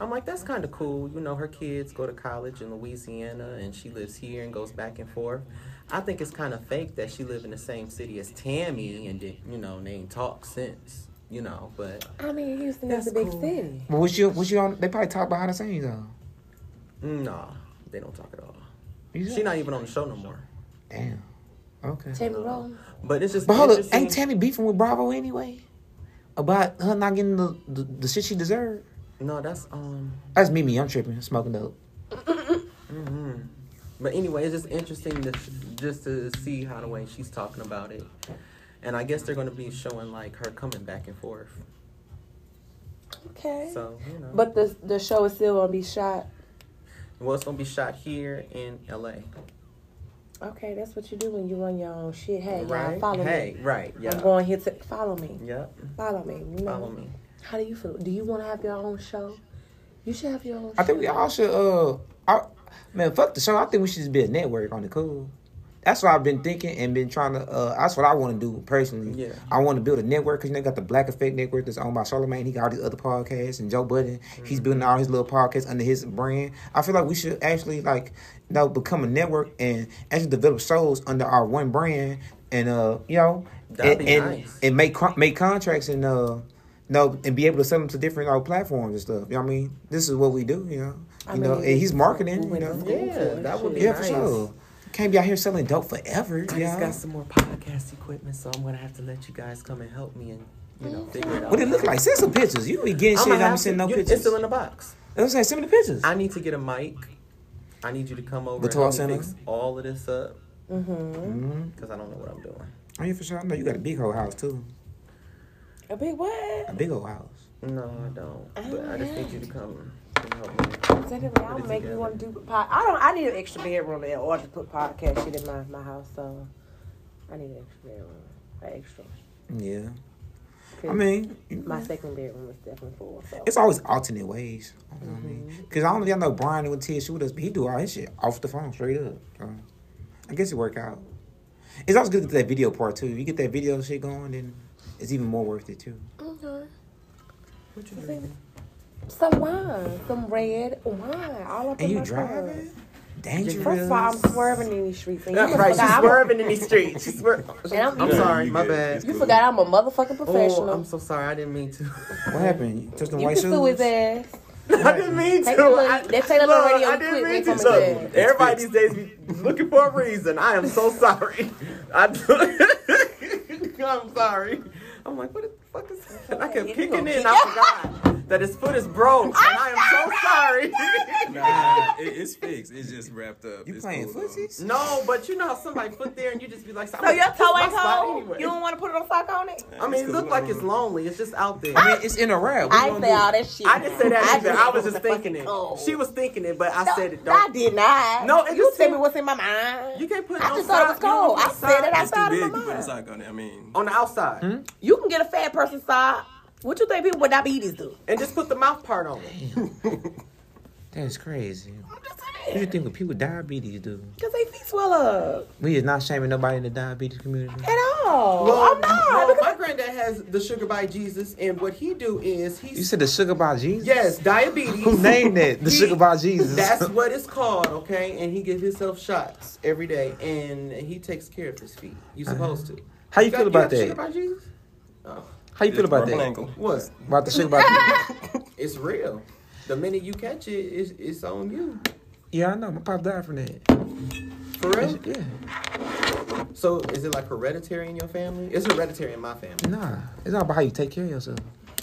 I'm like, that's kind of cool. You know, her kids go to college in Louisiana, and she lives here and goes back and forth. I think it's kind of fake that she live in the same city as Tammy, and then, you know, they ain't talked since. You know, but
I mean, Houston is a
That's
big
cool.
city.
But what you what you on? They probably talk behind the scenes though.
nah, they don't talk at all.
You
She's
said-
not even on the show no more.
Damn. Okay.
Tammy Rowe.
But it's just.
But hold up,
interesting.
ain't Tammy beefing with Bravo anyway? About her not getting the, the, the shit she deserved?
no, that's um.
That's me, me. I'm tripping, smoking dope.
hmm But anyway, it's just interesting to, just to see how the way she's talking about it, and I guess they're going to be showing like her coming back and forth.
Okay.
So you know,
But the the show is still gonna be shot.
well, it's going to be shot here in L.A.
Okay, that's what you do when you run your own shit. Hey, y'all,
right?
follow
hey,
me.
right?
I'm
Yeah.
going here to follow me.
Yep.
Follow me. You know,
Follow me.
How do you feel? Do you want to have your own show? You should have your own.
I think we all should. Uh, I, man, fuck the show. I think we should just be a network on the cool. That's what I've been thinking and been trying to. Uh, that's what I want to do personally.
Yeah.
I want to build a network because you know, got the Black Effect Network that's owned by Charlamagne. He got all these other podcasts and Joe Budden. He's building all his little podcasts under his brand. I feel like we should actually like you know become a network and actually develop shows under our one brand and uh you know
That'd
and,
be
and,
nice.
and make con- make contracts and uh no, and be able to sell them to different uh, platforms and stuff. You know what I mean? This is what we do, you know. You
I
know,
mean,
and he's marketing, you
we
know.
went to
Yeah, that would be
Yeah, for
nice.
sure. Can't be out here selling dope forever.
I just
Yeah.
got some more podcast equipment, so I'm going to have to let you guys come and help me and you know figure it out.
Mm-hmm. What it look like? Send some pictures. You be getting
I'm
shit.
gonna
I'm
have
sending
to-
no
you-
pictures.
It's still in the box.
That's what I'm saying. Send me the pictures.
I need to get a mic. I need you to come over
The
and help
tour
me
center?
fix all of this up
Mm-hmm.
Mhm.
because I don't know what I'm doing.
Oh yeah, for sure. I know you got a big old house too.
A big what?
A big old house.
No, I don't.
Oh,
But I just need you to come and help me.
That didn't- That
Put
would
it
make me
together.
want to do pod. I don't. I need an extra bedroom in order to put podcast shit in my my house. So I need an extra bedroom. An extra.
Yeah.
'Cause
I mean,
my second bedroom is definitely full. So
it's always alternate ways. You know what I
Mm-hmm.
mean, because I don't think I know Brian with Ted shoot us, but he do all his shit off the phone, straight up. So, I guess it work out. It's always good to get that video part too. If you get that video shit going, then it's even more worth it too.
okay.
What you
Is it-
drinking?
Mm-hmm. Some wine, some red wine. All up in
And you
my car.
driving? Dangerous.
First of all, I'm swerving in these streets. And you
right, she's
forgot I'm a-
swerving in these streets. She's swer-
And I'm-
I'm
Yeah,
sorry,
you
my
good.
bad.
You forgot I'm a motherfucking
Oh,
professional.
I'm so sorry. I didn't mean to.
What happened? You touched them
you
white
can sue his
shoes?
ass.
I didn't mean to.
Take the money.
I-
They take up the
Look,
radio
I
and
didn't
quit.
mean
They
to.
come and
Look,
say-
Everybody these days be looking for a reason. I am so sorry. I, am sorry. I'm like, what the fuck is happening? I
You
kept kicking
gonna
in.
kick
I forgot that his foot is broke, and I am so sorry.
Nah, it, it's fixed. It's just wrapped up.
You
It's
playing
cool, though.
footsies?
No, but you know how somebody put there and you just be like,
So your toe
my
ain't
spot
cold.
anyway.
You don't want to put it on sock on it.
I mean, it looked like it's lonely. It's just out there.
I mean, it's in a wrap.
I didn't say all that shit.
I didn't say that either.
just-
I was just thinking it.
cold.
She was thinking it, but I
No,
said it.
I
Don't.
did not.
No, it
you
just
tell
seemed-
me what's in my mind.
You can't put it
I
on
just thought it was
side. You don't
cold.
put
I
it
said it
side.
It's too
outside
big.
of
You
my
put a
mind.
sock on it. I mean,
on the outside,
Hmm?
You can get a fat person's side. What you think people with diabetes do?
and just put the mouth part on it.
That's crazy.
I'm just
What you
saying.
think when people with diabetes do?
Because they feet swell up.
We is not shaming nobody in the diabetes community.
At all. I'm not.
well,
Oh, because
my granddad has the sugar by Jesus, and what he do is he
You said the sugar by Jesus?
yes diabetes.
Who named that? The
He-
sugar by Jesus.
That's what it's called, okay? And he gives himself shots every day, and he takes care of his feet. You supposed
Uh-huh.
to.
How you
got-
feel about
got sugar by
that?
Jesus? Oh,
How you feel about that?
Ankle.
what?
About the sugar by Jesus?
It's real. The minute you catch it, it's, it's on you.
Yeah, I know. My pop died from that.
For real?
Yeah.
So is it like hereditary in your family? It's hereditary in my family.
Nah. It's all about how you take care of yourself.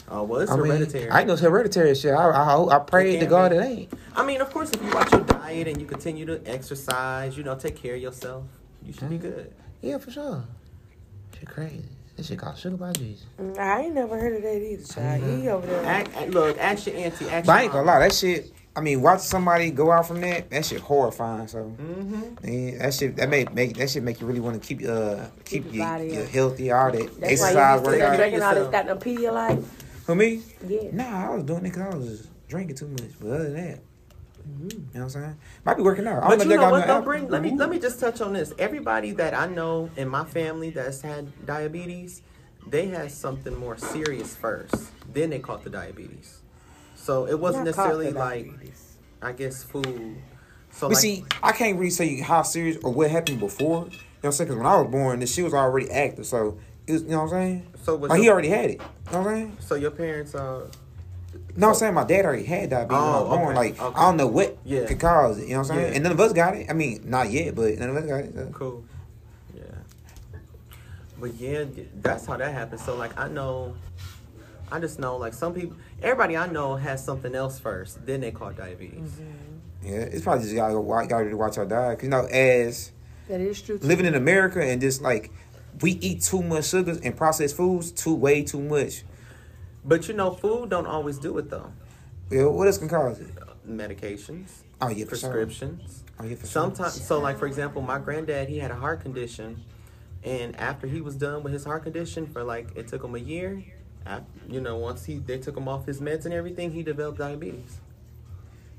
Oh, well, it's
I mean,
hereditary.
I ain't no hereditary shit. I I, hope- I prayed to
can't
God
be.
it ain't.
I mean, of course, if you watch your diet and you continue to exercise, you know, take care of yourself, you should
Mm-hmm.
be good.
Yeah, for sure. Shit crazy. This shit called sugar by Jesus.
I Mm-hmm. ain't never heard of that either, child. He over there.
Act, act- look, ask your auntie. Ask
But I ain't gonna lie, that shit. I mean, watching somebody go out from that, that shit horrifying. So
Mm-hmm.
yeah, that shit that make make that shit make you really want to keep uh keep,
Keep your
your,
body
your
up.
healthy all that
That's
exercise
why you used to
workout.
that-
taking all this goddamn Pedialyte.
For me,
Yeah.
nah, I was doing it because I was just drinking too much. But other than that, you know what I'm saying? Might be working out.
But
I don't
you
if they
know
got
what,
no
though,
alcohol.
Brent? Let me let me just touch on this. Everybody that I know in my family that's had diabetes, they had something more serious first. Then they caught the diabetes. So it wasn't
Not
necessarily
cough,
like
diabetes.
I guess food. So
But
like,
see, I can't really say how serious or what happened before. You know what I'm saying? Because when I was born, this she was already active. So, it was, you know what I'm saying?
so was
Like, oh, he
your,
already had it. You know what I'm saying?
so your parents uh
No, I'm saying my dad already had diabetes when I
Oh,
was born.
okay,
Like,
okay.
I don't know what
Yeah.
could cause it. You know what I'm saying?
Yeah.
And none of us got it. I mean, not yet, but none of us got it. so.
cool. Yeah. But yeah, that's how that happened. So like I know I just know like some people everybody I know has something else first, then they caught diabetes.
Yeah, it's probably just gotta, go, wa- gotta really watch our diet. 'Cause, you know, as
That is true. too.
living in America and just like, we eat too much sugars and processed foods too, way too much.
But you know, food don't always do it though.
You know, what else can cause it?
medications,
Oh, yeah, for sure.
prescriptions.
Oh, yeah, for sure.
Sometimes, so like for example, my granddad he had a heart condition, and after he was done with his heart condition for like it took him a year. af- you know, once he they took him off his meds and everything, he developed diabetes.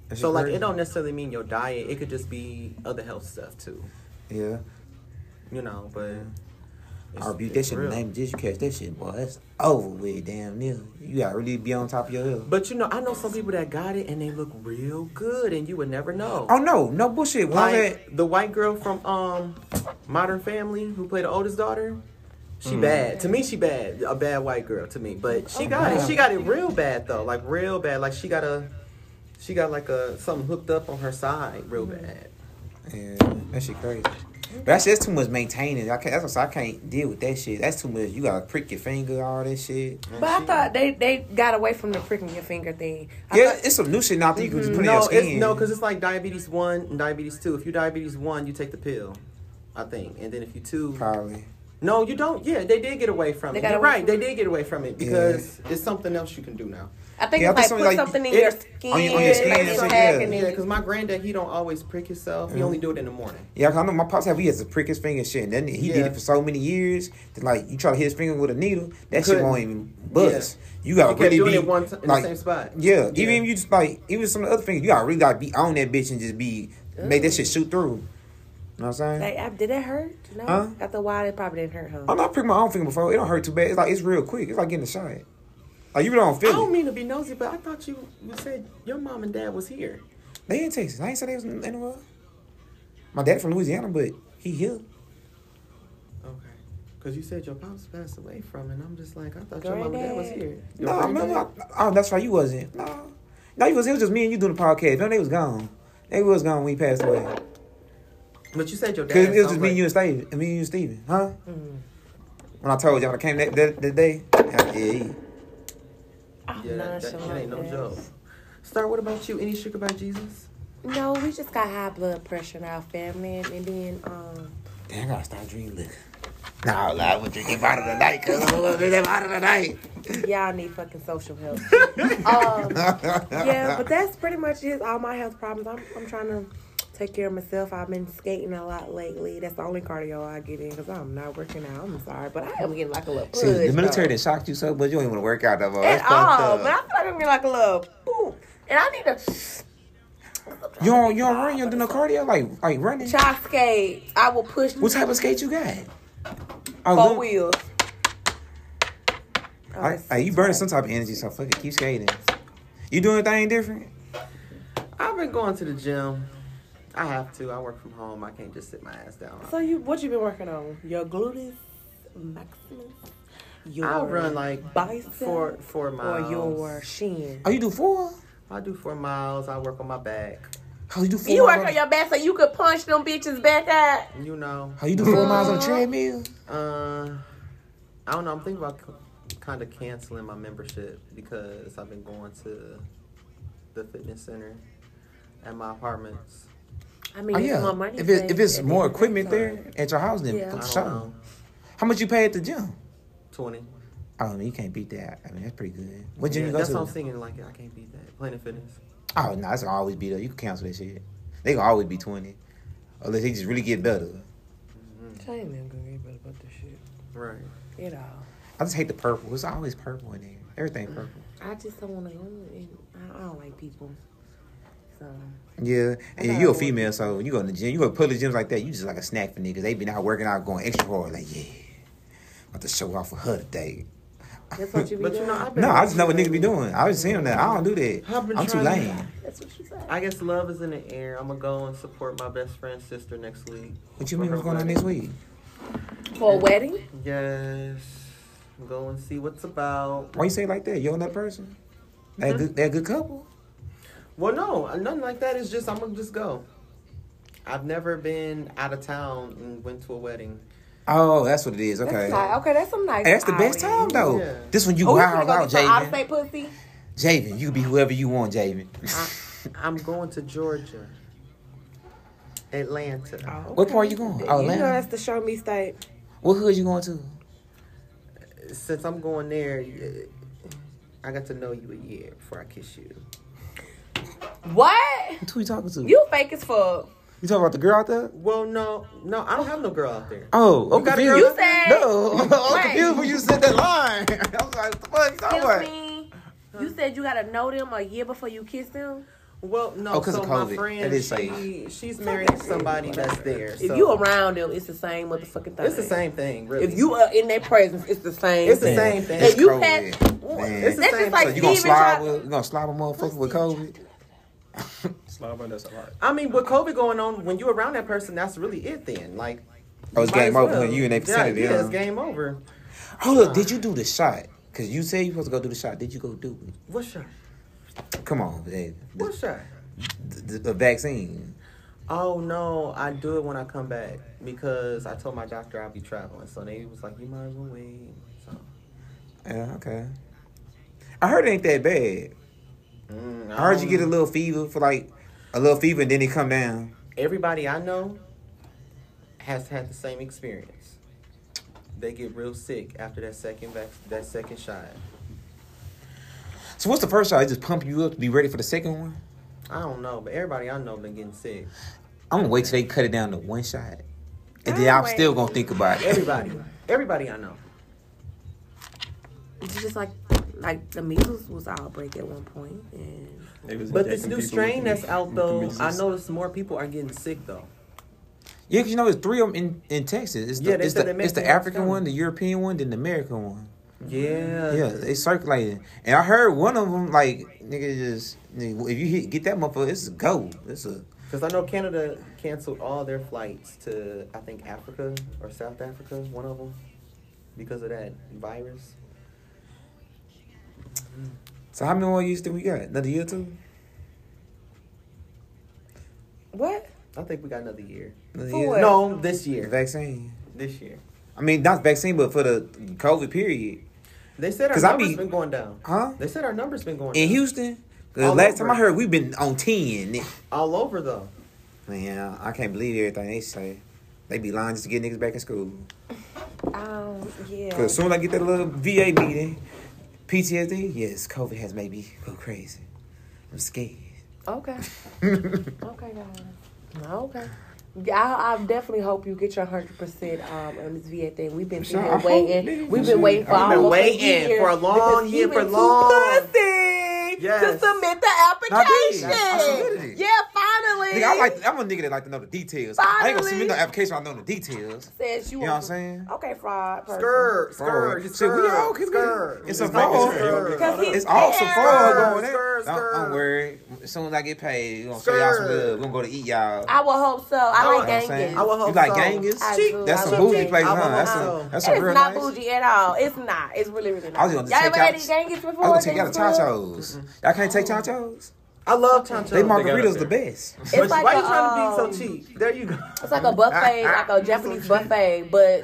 That shit
So like
crazy.
it don't necessarily mean your diet; it could just be other health stuff too.
Yeah.
You know, but. it's-
I rebuke that
it's
shit in
real.
the name of Jesus. You catch that shit, boy. That's over with, damn near. You gotta really be on top of your health.
But you know, I know some people that got it and they look real good, and you would never know.
Oh no, no bullshit. When I was at-
Like the white girl from um Modern Family who played the oldest daughter. She
Hmm.
bad. To me she bad. A bad white girl to me. But
Oh,
she got it. She got it real bad though. Like real bad. Like she got a she got like a something hooked up on her side
Hmm.
real bad.
yeah, that shit crazy. But that's just too much maintaining. I can't, that's what I'm saying. I can't deal with that shit. That's too much. You gotta prick your finger, all that shit.
And
But I
she-
thought they, they got away from the pricking your finger thing. I
yeah,
thought-
it's some new shit now that you can just put in your
Mm-hmm. No,
skin.
it's no, because it's like diabetes one and diabetes two. If you diabetes one, you take the pill, I think. And then if you two
probably.
No, you don't. Yeah, they did get away from
They
it.
got
You're
away
right,
from
they did get away from it because it's something else you can do now.
I think
Yeah, I
it's
think
like
something
put
like-
something in
it-
your
on
skin.
your- on your
and
skin
make
and
it
shit,
happen and
yeah.
Yeah,
it-
because my granddad, he don't always prick himself. He only do it in the morning.
Yeah, 'cause I know my pops had we had to prick his finger and shit, and then he
Yeah.
did it for so many years that like you try to hit his finger with a needle, that shit
Couldn't.
won't even buzz. You gotta
He kept
really
doing
be
it one t- in
like,
the same spot.
Yeah, even if you just like even some of the other things, you gotta really gotta be on that bitch and just be make that shit shoot through. You know what I'm saying?
Like, I- did it hurt? No.
Huh?
After a while, it probably didn't hurt, huh?
I'm not pricking my own finger before. It don't hurt too bad. It's like it's real quick. It's like getting a shot. Like you really don't
I
feel
don't
it.
mean to be nosy, but I thought you, you said your mom and dad was here.
They in Texas. I ain't say they was in anywhere. My dad from Louisiana, but he here.
Okay. Because you said your pops passed away from, and I'm just like, I thought your mom and dad was
Granddad.
here. Your
No,
granddad?
remember? I, oh, that's right. You wasn't. No, no, you was. It was just me and you doing the podcast. Remember, they was gone. They was gone when he passed away.
But you said your dad.
Cause it was
so
just
I'm
me and you
like- Mm-hmm.
and Steven. and Me and you and Steven, huh? When I told y'all when I came that, that, that day, I- yeah, he-
I'm
Yeah, that, that
nonchalant,
shit ain't no
man.
joke. Star, what about you? Any sugar about Jesus?
No, we just got high blood pressure in our family, and then um,
damn, I gotta start drinking liquor. Nah, nah, I was drinking bottle tonight. Cause I was drinking bottle tonight.
y'all need fucking social help. um, yeah, but that's pretty much it. All my health problems. I'm, I'm trying to take care of myself. I've been skating a lot lately. That's the only cardio I get in because I'm not working out. I'm sorry, but I am getting like a little push.
See, the military
though.
that shocked you so much, you ain't want to work out that much.
at all. But I feel like I'm getting like a little poop, and I need to.
You don't you don't run. You don't do no cardio like like running.
Child skates. I will push
What type of skate you got?
four
Oh, look.
wheels. Oh,
I, I, you burning some type of energy, so fuck it. Keep skating. You doing anything different?
I've been going to the gym. I have to. I work from home. I can't just sit my ass down.
So you, what you been working on? Your gluteus maximus. Your
I run like
bicep
four four miles.
or your shin.
Oh, you do four?
I do four miles. I work on my back.
How you do four?
You work
miles
on your back so you could punch them bitches back out.
You know.
How Oh, you do 4 miles
Mm-hmm.
on a treadmill?
Uh, I don't know. I'm thinking about kind of canceling my membership because I've been going to the fitness center at my apartments.
I mean,
Oh
it's more
yeah.
money
If it,
saved
if it's
at the
more
end of the
equipment
day.
there at your house, then
Yeah.
I
fuck
don't
something.
know.
How much you pay at the gym?
Twenty.
Oh, no, you can't beat that. I mean, that's pretty good. What gym
Yeah,
you go
that's
to?
what I'm thinking. Like I can't beat that. Planet Fitness.
Oh no, that's gonna always be though. You can cancel that shit. They gonna always be twenty, unless they just really get better.
Tell your man, girl, you better put this shit.
Right.
It all.
I just hate the purple. It's always purple in there. Everything purple.
I just don't want to go. in- I I don't like people. So
Yeah, and
know.
you're a female, so when you go in the gym, you go to public gyms like that. You just like a snack for niggas. They been out working out, going extra hard. Like yeah, about to show off for her today.
that's what you be
But
doing.
you know, I've been
No, I just know what niggas be doing. I was seeing that. I don't do
I've
that.
been
I'm too
trying to-
lame.
that's what you said.
I guess love is in the air. I'm gonna go and support my best friend's sister next week.
What you mean? What's going on next week?
For a wedding.
Yes. Go and see what's about.
Why you say it like that? You and that person? That
Mm-hmm.
good? That good couple?
Well, no, nothing like that. It's just I'm gonna just go. I've never been out of town and went to a wedding.
Oh, that's what it is. Okay.
That's nice. Okay, that's some nice.
Hey, that's the best time
outing.
though.
Yeah.
This when you
Oh, we finna
wild
go get
out,
some out of
Javen.
state pussy.
Javen, you can be whoever you want, Javen.
I,
Uh.
I'm going to Georgia, Atlanta.
What part you going?
You know
Atlanta.
that's the show me state.
What hood you going to?
Since I'm going there, eh, I got to know you a year before I kiss you.
What?
Who you talking to?
You fake as fuck.
You talking about the girl out there?
Well, no, no, I don't have no girl out there.
Oh, I'm
got a girl
You
confused.
said.
no,
Wait.
I'm confused when you said that line. I was like, what the fuck you talking
Excuse
about?
me. You said you gotta know them a year before you kiss them.
Well, no,
Oh, 'cause
so
of
my
COVID.
friend,
That is
she, she's married to somebody that's there.
If
so
you around them, it's the same motherfucking thing.
it's the same thing, really.
If you are in their presence, it's the same.
It's the
thing.
same thing.
It's
If you
COVID,
pass,
man.
that's
It's the
just
same
like
thing.
You gonna
Steven
slide
tried.
with you gonna slide with motherfucker with COVID?
Slava does a lot.
I mean, with COVID going on, when you around that person, that's really it. Then, like,
Oh, it's
might
game
as
over when you in their vicinity,
Yeah, yeah,
huh?
it's game over.
Hold up, did you do the shot? Cause you said you supposed to go do the shot. Did you go do it?
What shot?
Come on, man.
What
The,
shot?
the, the vaccine.
Oh no, I do it when I come back because I told my doctor I'll be traveling, so they was like, "You might as well wait." So,
Yeah, okay. I heard it ain't that bad.
mm,
I heard you get a
don't-
little fever for like a little fever and then it come down.
Everybody I know has had the same experience. They get real sick after that second vac- that second shot.
So what's the first shot? It just pump you up to be ready for the second one?
I don't know, but everybody I know been getting sick.
I'm gonna wait till they cut it down to one shot. And then
I'll
I'm
wait.
still gonna think about it.
Everybody, everybody I know.
It's just like like the measles was outbreak at one point, and
They was
But this
injecting
new
people
strain
with
that's
the-
out
with the
though, I
measles.
noticed more people are getting sick though.
Yeah, 'cause you know it's three of them in, in Texas. It's the,
Yeah, they
it's,
said
the,
they
it's the
making it
African
come.
one, the European one, then the American one.
Yeah.
Yeah, they circulating. And I heard one of them like nigga just nigga, if you hit, get that motherfucker, it's a go. It's a
Because I know Canada canceled all their flights to, I think, Africa or South Africa, one of them, because of that virus.
so how many more years do we got? Another year or two?
what?
I think we got another year.
Another
For
year?
what?
No, this
The
year.
vaccine.
This year.
I mean, not vaccine, but for the COVID period,
They said our
'Cause I
numbers
be-
been going down.
huh?
They said our numbers been going
In
down.
Houston, 'Cause
All
last time
over.
I heard, we've been on ten.
All over, though.
Man, I can't believe everything they say. They be lying just to get niggas back in school.
Um, yeah.
Cause as soon as I get that little VA meeting, PTSD, yes, COVID has made me go crazy. I'm scared.
Okay. Okay, guys. Ah, Okay. Yeah, I, I definitely hope you get your hundred percent um on this VA thing. We've been
Sure,
sitting
I
here
hope,
waiting.
nigga,
We've
shit.
been waiting for
I've
been
almost
waiting
a year
for a long
because
year,
he
for
been too
long.
pussy
Yes.
to submit the
I did. I
application.
submitted it.
Yeah, Finally.
Nigga, I like. I'm a nigga that like to know the details. I ain't gonna submit no application. I know the details.
Says you.
You know
a-
what I'm saying?
Okay, fraud. person.
Skirt,
Skirt.
skirt,
See, we
skirt,
all can be-
skirt.
it's
Just
a
making sure
ball.
you don't get
Because
caught
he-
up.
It's all some fun going there.
Skirt,
Don't,
skirt.
don't worry. As soon as I get paid, we're gonna show y'all some
Skirt.
love. We're gonna go to eat y'all.
I would hope so. I
No,
like
you know
what I'm saying?
gangs.
I would hope
you like
so.
gangs?
I
Cheap.
do.
That's
I
some
would
bougie
think-
place,
I would
huh? That's
hope
some
so.
that's some
It's
real
not
nice.
bougie at all. It's not. It's really, really not.
I was gonna
Y'all
take
ever
y'all-
had any gangs before?
I was gonna take y'all to
Gangs before?
Tacho's. Y'all can't take Tacho's.
I love chanchos.
Mm-hmm. They
mar- got
margaritas
up
the
there.
best.
It's
But
like
why
a,
you trying to
um,
be so cheap? There you go.
It's like a buffet, like a Japanese buffet, but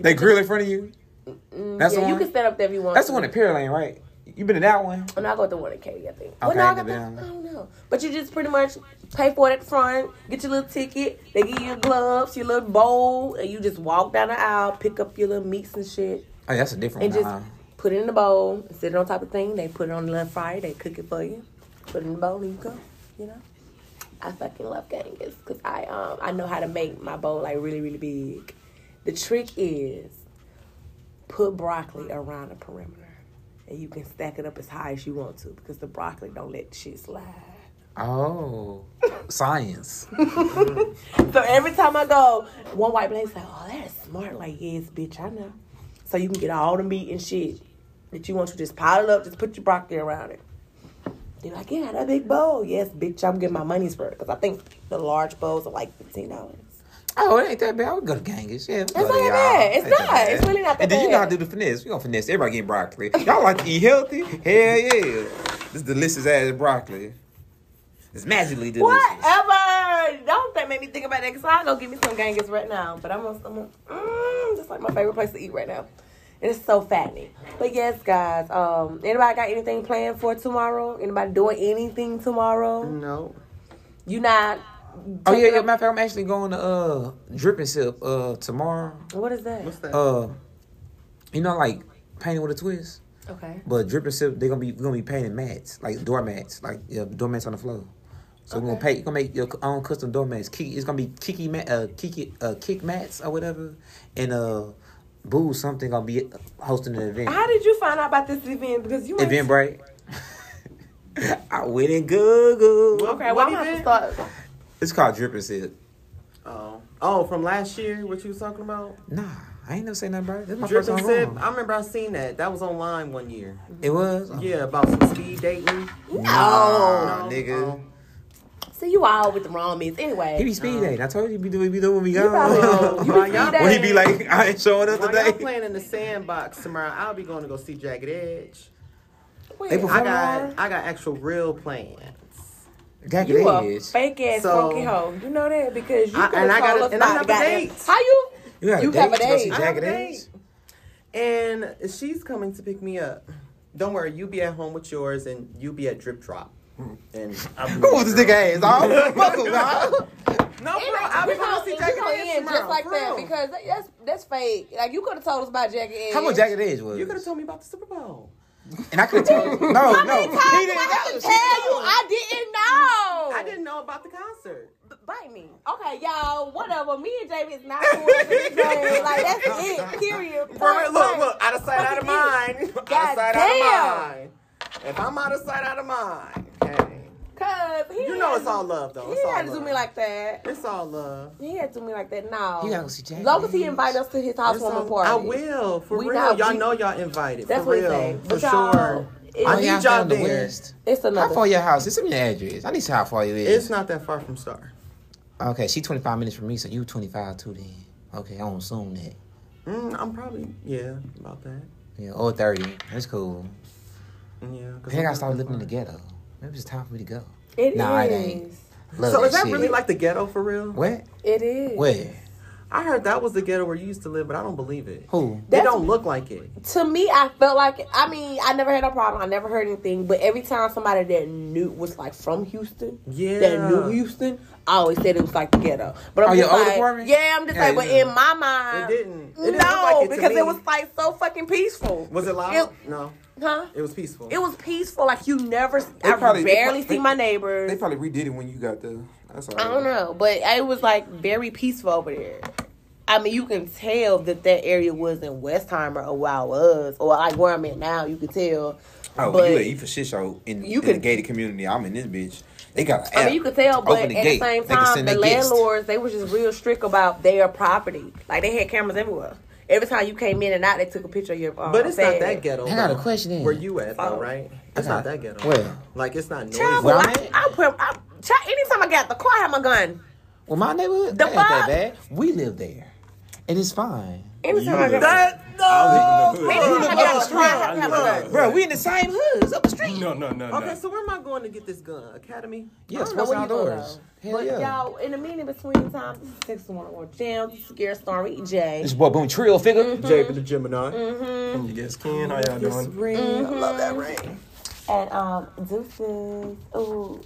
They grill in front of you.
mm,
That's
yeah,
the
you
one?
can stand up there if you want.
That's the
to.
one at Pear Lane, right? You been to that one?
And I go to the one at Katie, I think.
Okay,
well, no, I,
I
got the,
didn't
I don't know. But you just pretty much pay for it at the front, get your little ticket, they give you your gloves, your little bowl, and you just walk down the aisle, pick up your little meats and shit,
Oh, that's a different
and
one.
just
uh-uh.
put it in the bowl, sit it on top of thing. They put it on the little fryer, they cook it for you, put it in the bowl, and you go. You know, I fucking love Gangas because I um I know how to make my bowl like really really big. The trick is put broccoli around the perimeter, and you can stack it up as high as you want to because the broccoli don't let the shit slide.
Oh, science.
So every time I go, one white blade's like, "Oh, that's smart." Like, yes, bitch, I know. So you can get all the meat and shit that you want. You just pile it up. Just put your broccoli around it. They're like, "Yeah, that big bowl." Yes, bitch, I'm getting my money's worth because I think the large bowls are like fifteen dollars.
Oh, it ain't that bad. We go to Ganges. Yeah, it's
not that bad. It's not. It's really not that
And then you
bad.
gotta do the finesse. We gonna finesse. Everybody getting broccoli. Y'all like to eat healthy? Hell yeah. This delicious ass broccoli. It's magically delicious.
Whatever. Don't that make me think about that because I go get me some gangas right now. But I'm on some. Mm, that's like my favorite place to eat right now. And it's so fattening. But yes, guys. Um, anybody got anything planned for tomorrow? Anybody doing anything tomorrow?
No.
You not?
Oh yeah,
taking
yeah.
up-
Matter of fact, I'm actually going to uh dripping sip uh tomorrow.
What is that?
What's that?
Uh, you know, like painting with a twist.
Okay.
But dripping sip, they're gonna be we're gonna be painting mats like doormats, like yeah, doormats on the floor. So we're gonna
Okay.
pay. You're gonna make your own custom doormats. Kiki, it's gonna be Kiki mat, uh, Kiki, uh, kick mats or whatever, and uh, Boo something gonna be hosting the event.
How did you find out about this event? Because you ain't-
Eventbrite. I went and Google.
Okay, well
What
I'm gonna have to
event?
start.
It's called dripping sip.
Oh. Oh, from last year, what you was talking about?
Nah, I ain't never say nothing about it. This is my
Drip and
first time
sip.
going.
I remember I seen that. That was online one year.
It was.
Yeah, Oh. about some speed dating.
Nah,
No,
nigga.
no.
See, you all with the wrong means. Anyway.
He be speed dating. I told you he be doing, be doing when we
you probably,
go.
you
Why
be
y'all-
speed
When he be
dating.
like, I ain't showing up
While y'all
today.
playing in the sandbox tomorrow, I'll be going to go see Jagged Edge.
Wait,
They
I
perform
got
tomorrow?
I got actual real plans.
Got
You a
edge.
fake ass
So-
funky hoe. You know that because you
I-
could
and I
call
got a-
us
and I
by
have a
the goddamn-
date.
How you?
You got
You
a
have a
date to go see
date.
I have
Jagged
a
Edge?
date. And she's coming to pick me up. Don't worry, you be at home with yours and you be at drip drop. And
I'm
Who was this nigga ass? dawg? Fuck him, dawg.
no, bro, I'll be going to see
You
Jagged
gonna
Edge
end
tomorrow.
just like
for
that
real.
because that- that's that's fake. Like you could have told us about Jagged Edge.
How much Jagged Edge was?
you could have told me about the Super Bowl.
And I could have told you. No, no. He
How many times
didn't
do I have to
know. She
tell you
told.
I didn't know.
I didn't know about the concert.
bite me. Okay, y'all, whatever. Me and Jamie is not cool. Like that's it. Period.
Bro, look,
Point blank.
look, out of sight, out of
Fucking
mind. out
God
of sight,
damn.
out of mind. If I'm out of sight, out of mind. Hey.
Cause he
You know
had
it's
to-
all love, though. It's
He
all
had to do
love.
me like that.
It's all love.
He had to do me like that. No.
You gotta go see Jagged
Long as he
Edge.
invite us to his
It's all-
housewarming party.
I will, for
We
real.
not-
y'all
we-
know y'all invited.
That's
for
what he
real.
said.
For
But y'all-
sure.
it-
I
Oh,
need
y'all
y'all,
from the
there.
West.
It's
How
another.
far your house? is? Send me the address. I need to see how far you is.
It's not that far from Star.
Okay, she 25 minutes from me, so you 25 too then. Okay, I don't assume that.
Mm, I'm probably, yeah, about that.
Yeah, or 30. That's cool.
Yeah. 'cause
I think I
I'm-
started living in the ghetto. Maybe it's time for me to go.
It
Nah, it
is.
ain't. Love
So is that
shit.
really like the ghetto for real?
What?
It is.
Where?
I heard that was the ghetto where you used to live, but I don't believe it.
Who?
They
That's-
don't look like it.
to me, I felt like I mean, I never had a problem. I never heard anything. But every time somebody that knew was like from Houston,
Yeah.
that knew Houston, I always said it was like the ghetto. But I'm
Oh, your
just
old
like,
apartment?
yeah, I'm just
Yeah,
like, but
yeah.
in my mind,
It didn't. It
no,
didn't look like it to
because
me.
it was like so fucking peaceful.
Was it loud?
It-
no.
huh?
It was peaceful.
It was peaceful. Like you never, I
probably- they
barely
pro-
see my neighbors.
probably redid it when you got there. That's all.
I don't know, but it was like very peaceful over there. I mean, you can tell that that area was in Westheimer or where I was, or like where I'm at now. You can tell.
Oh,
But-
you at E for shit show in,
You
in
could-
the gated community. I'm in this bitch. They got. an
I
app.
mean, you could tell, but
Open
at the
gate.
same
They can
time,
send
the
their guests.
landlords they were just real strict about their property. Like they had cameras everywhere. Every time you came in and out, they took a picture of your. Um,
But it's not
bag.
that ghetto.
I got a
though,
question then.
Where you at though,
Oh.
right? It's
got-
not that ghetto.
Where?
Like it's not noisy.
Child,
Where
well,
I'm
I,
at?
I put. I, child, anytime I got the car, I have my gun.
Well, my neighborhood,
The
that ain't that
fuck?
bad. We live there, and it's fine.
Anytime I
You
got.
That
I live in the hood.
Anytime I
up the
got the car, I have to have
I
my
live
gun.
Bro, we in the same hood. It's up the street.
No, no, no, no.
Okay, so where am I going to get this gun? Academy?
Yeah,
I don't know
sports
where you go,
outdoors.
though.
Hell
but
yeah.
y'all, in the meeting between times, this is six to one or jam, scare story, J.
This boy Boom Trio figure.
Mm-hmm.
Jay for the Gemini.
Can you guess Ken? How y'all doing?
Mm-hmm.
ring. I love that ring.
And um, deuces. Ooh,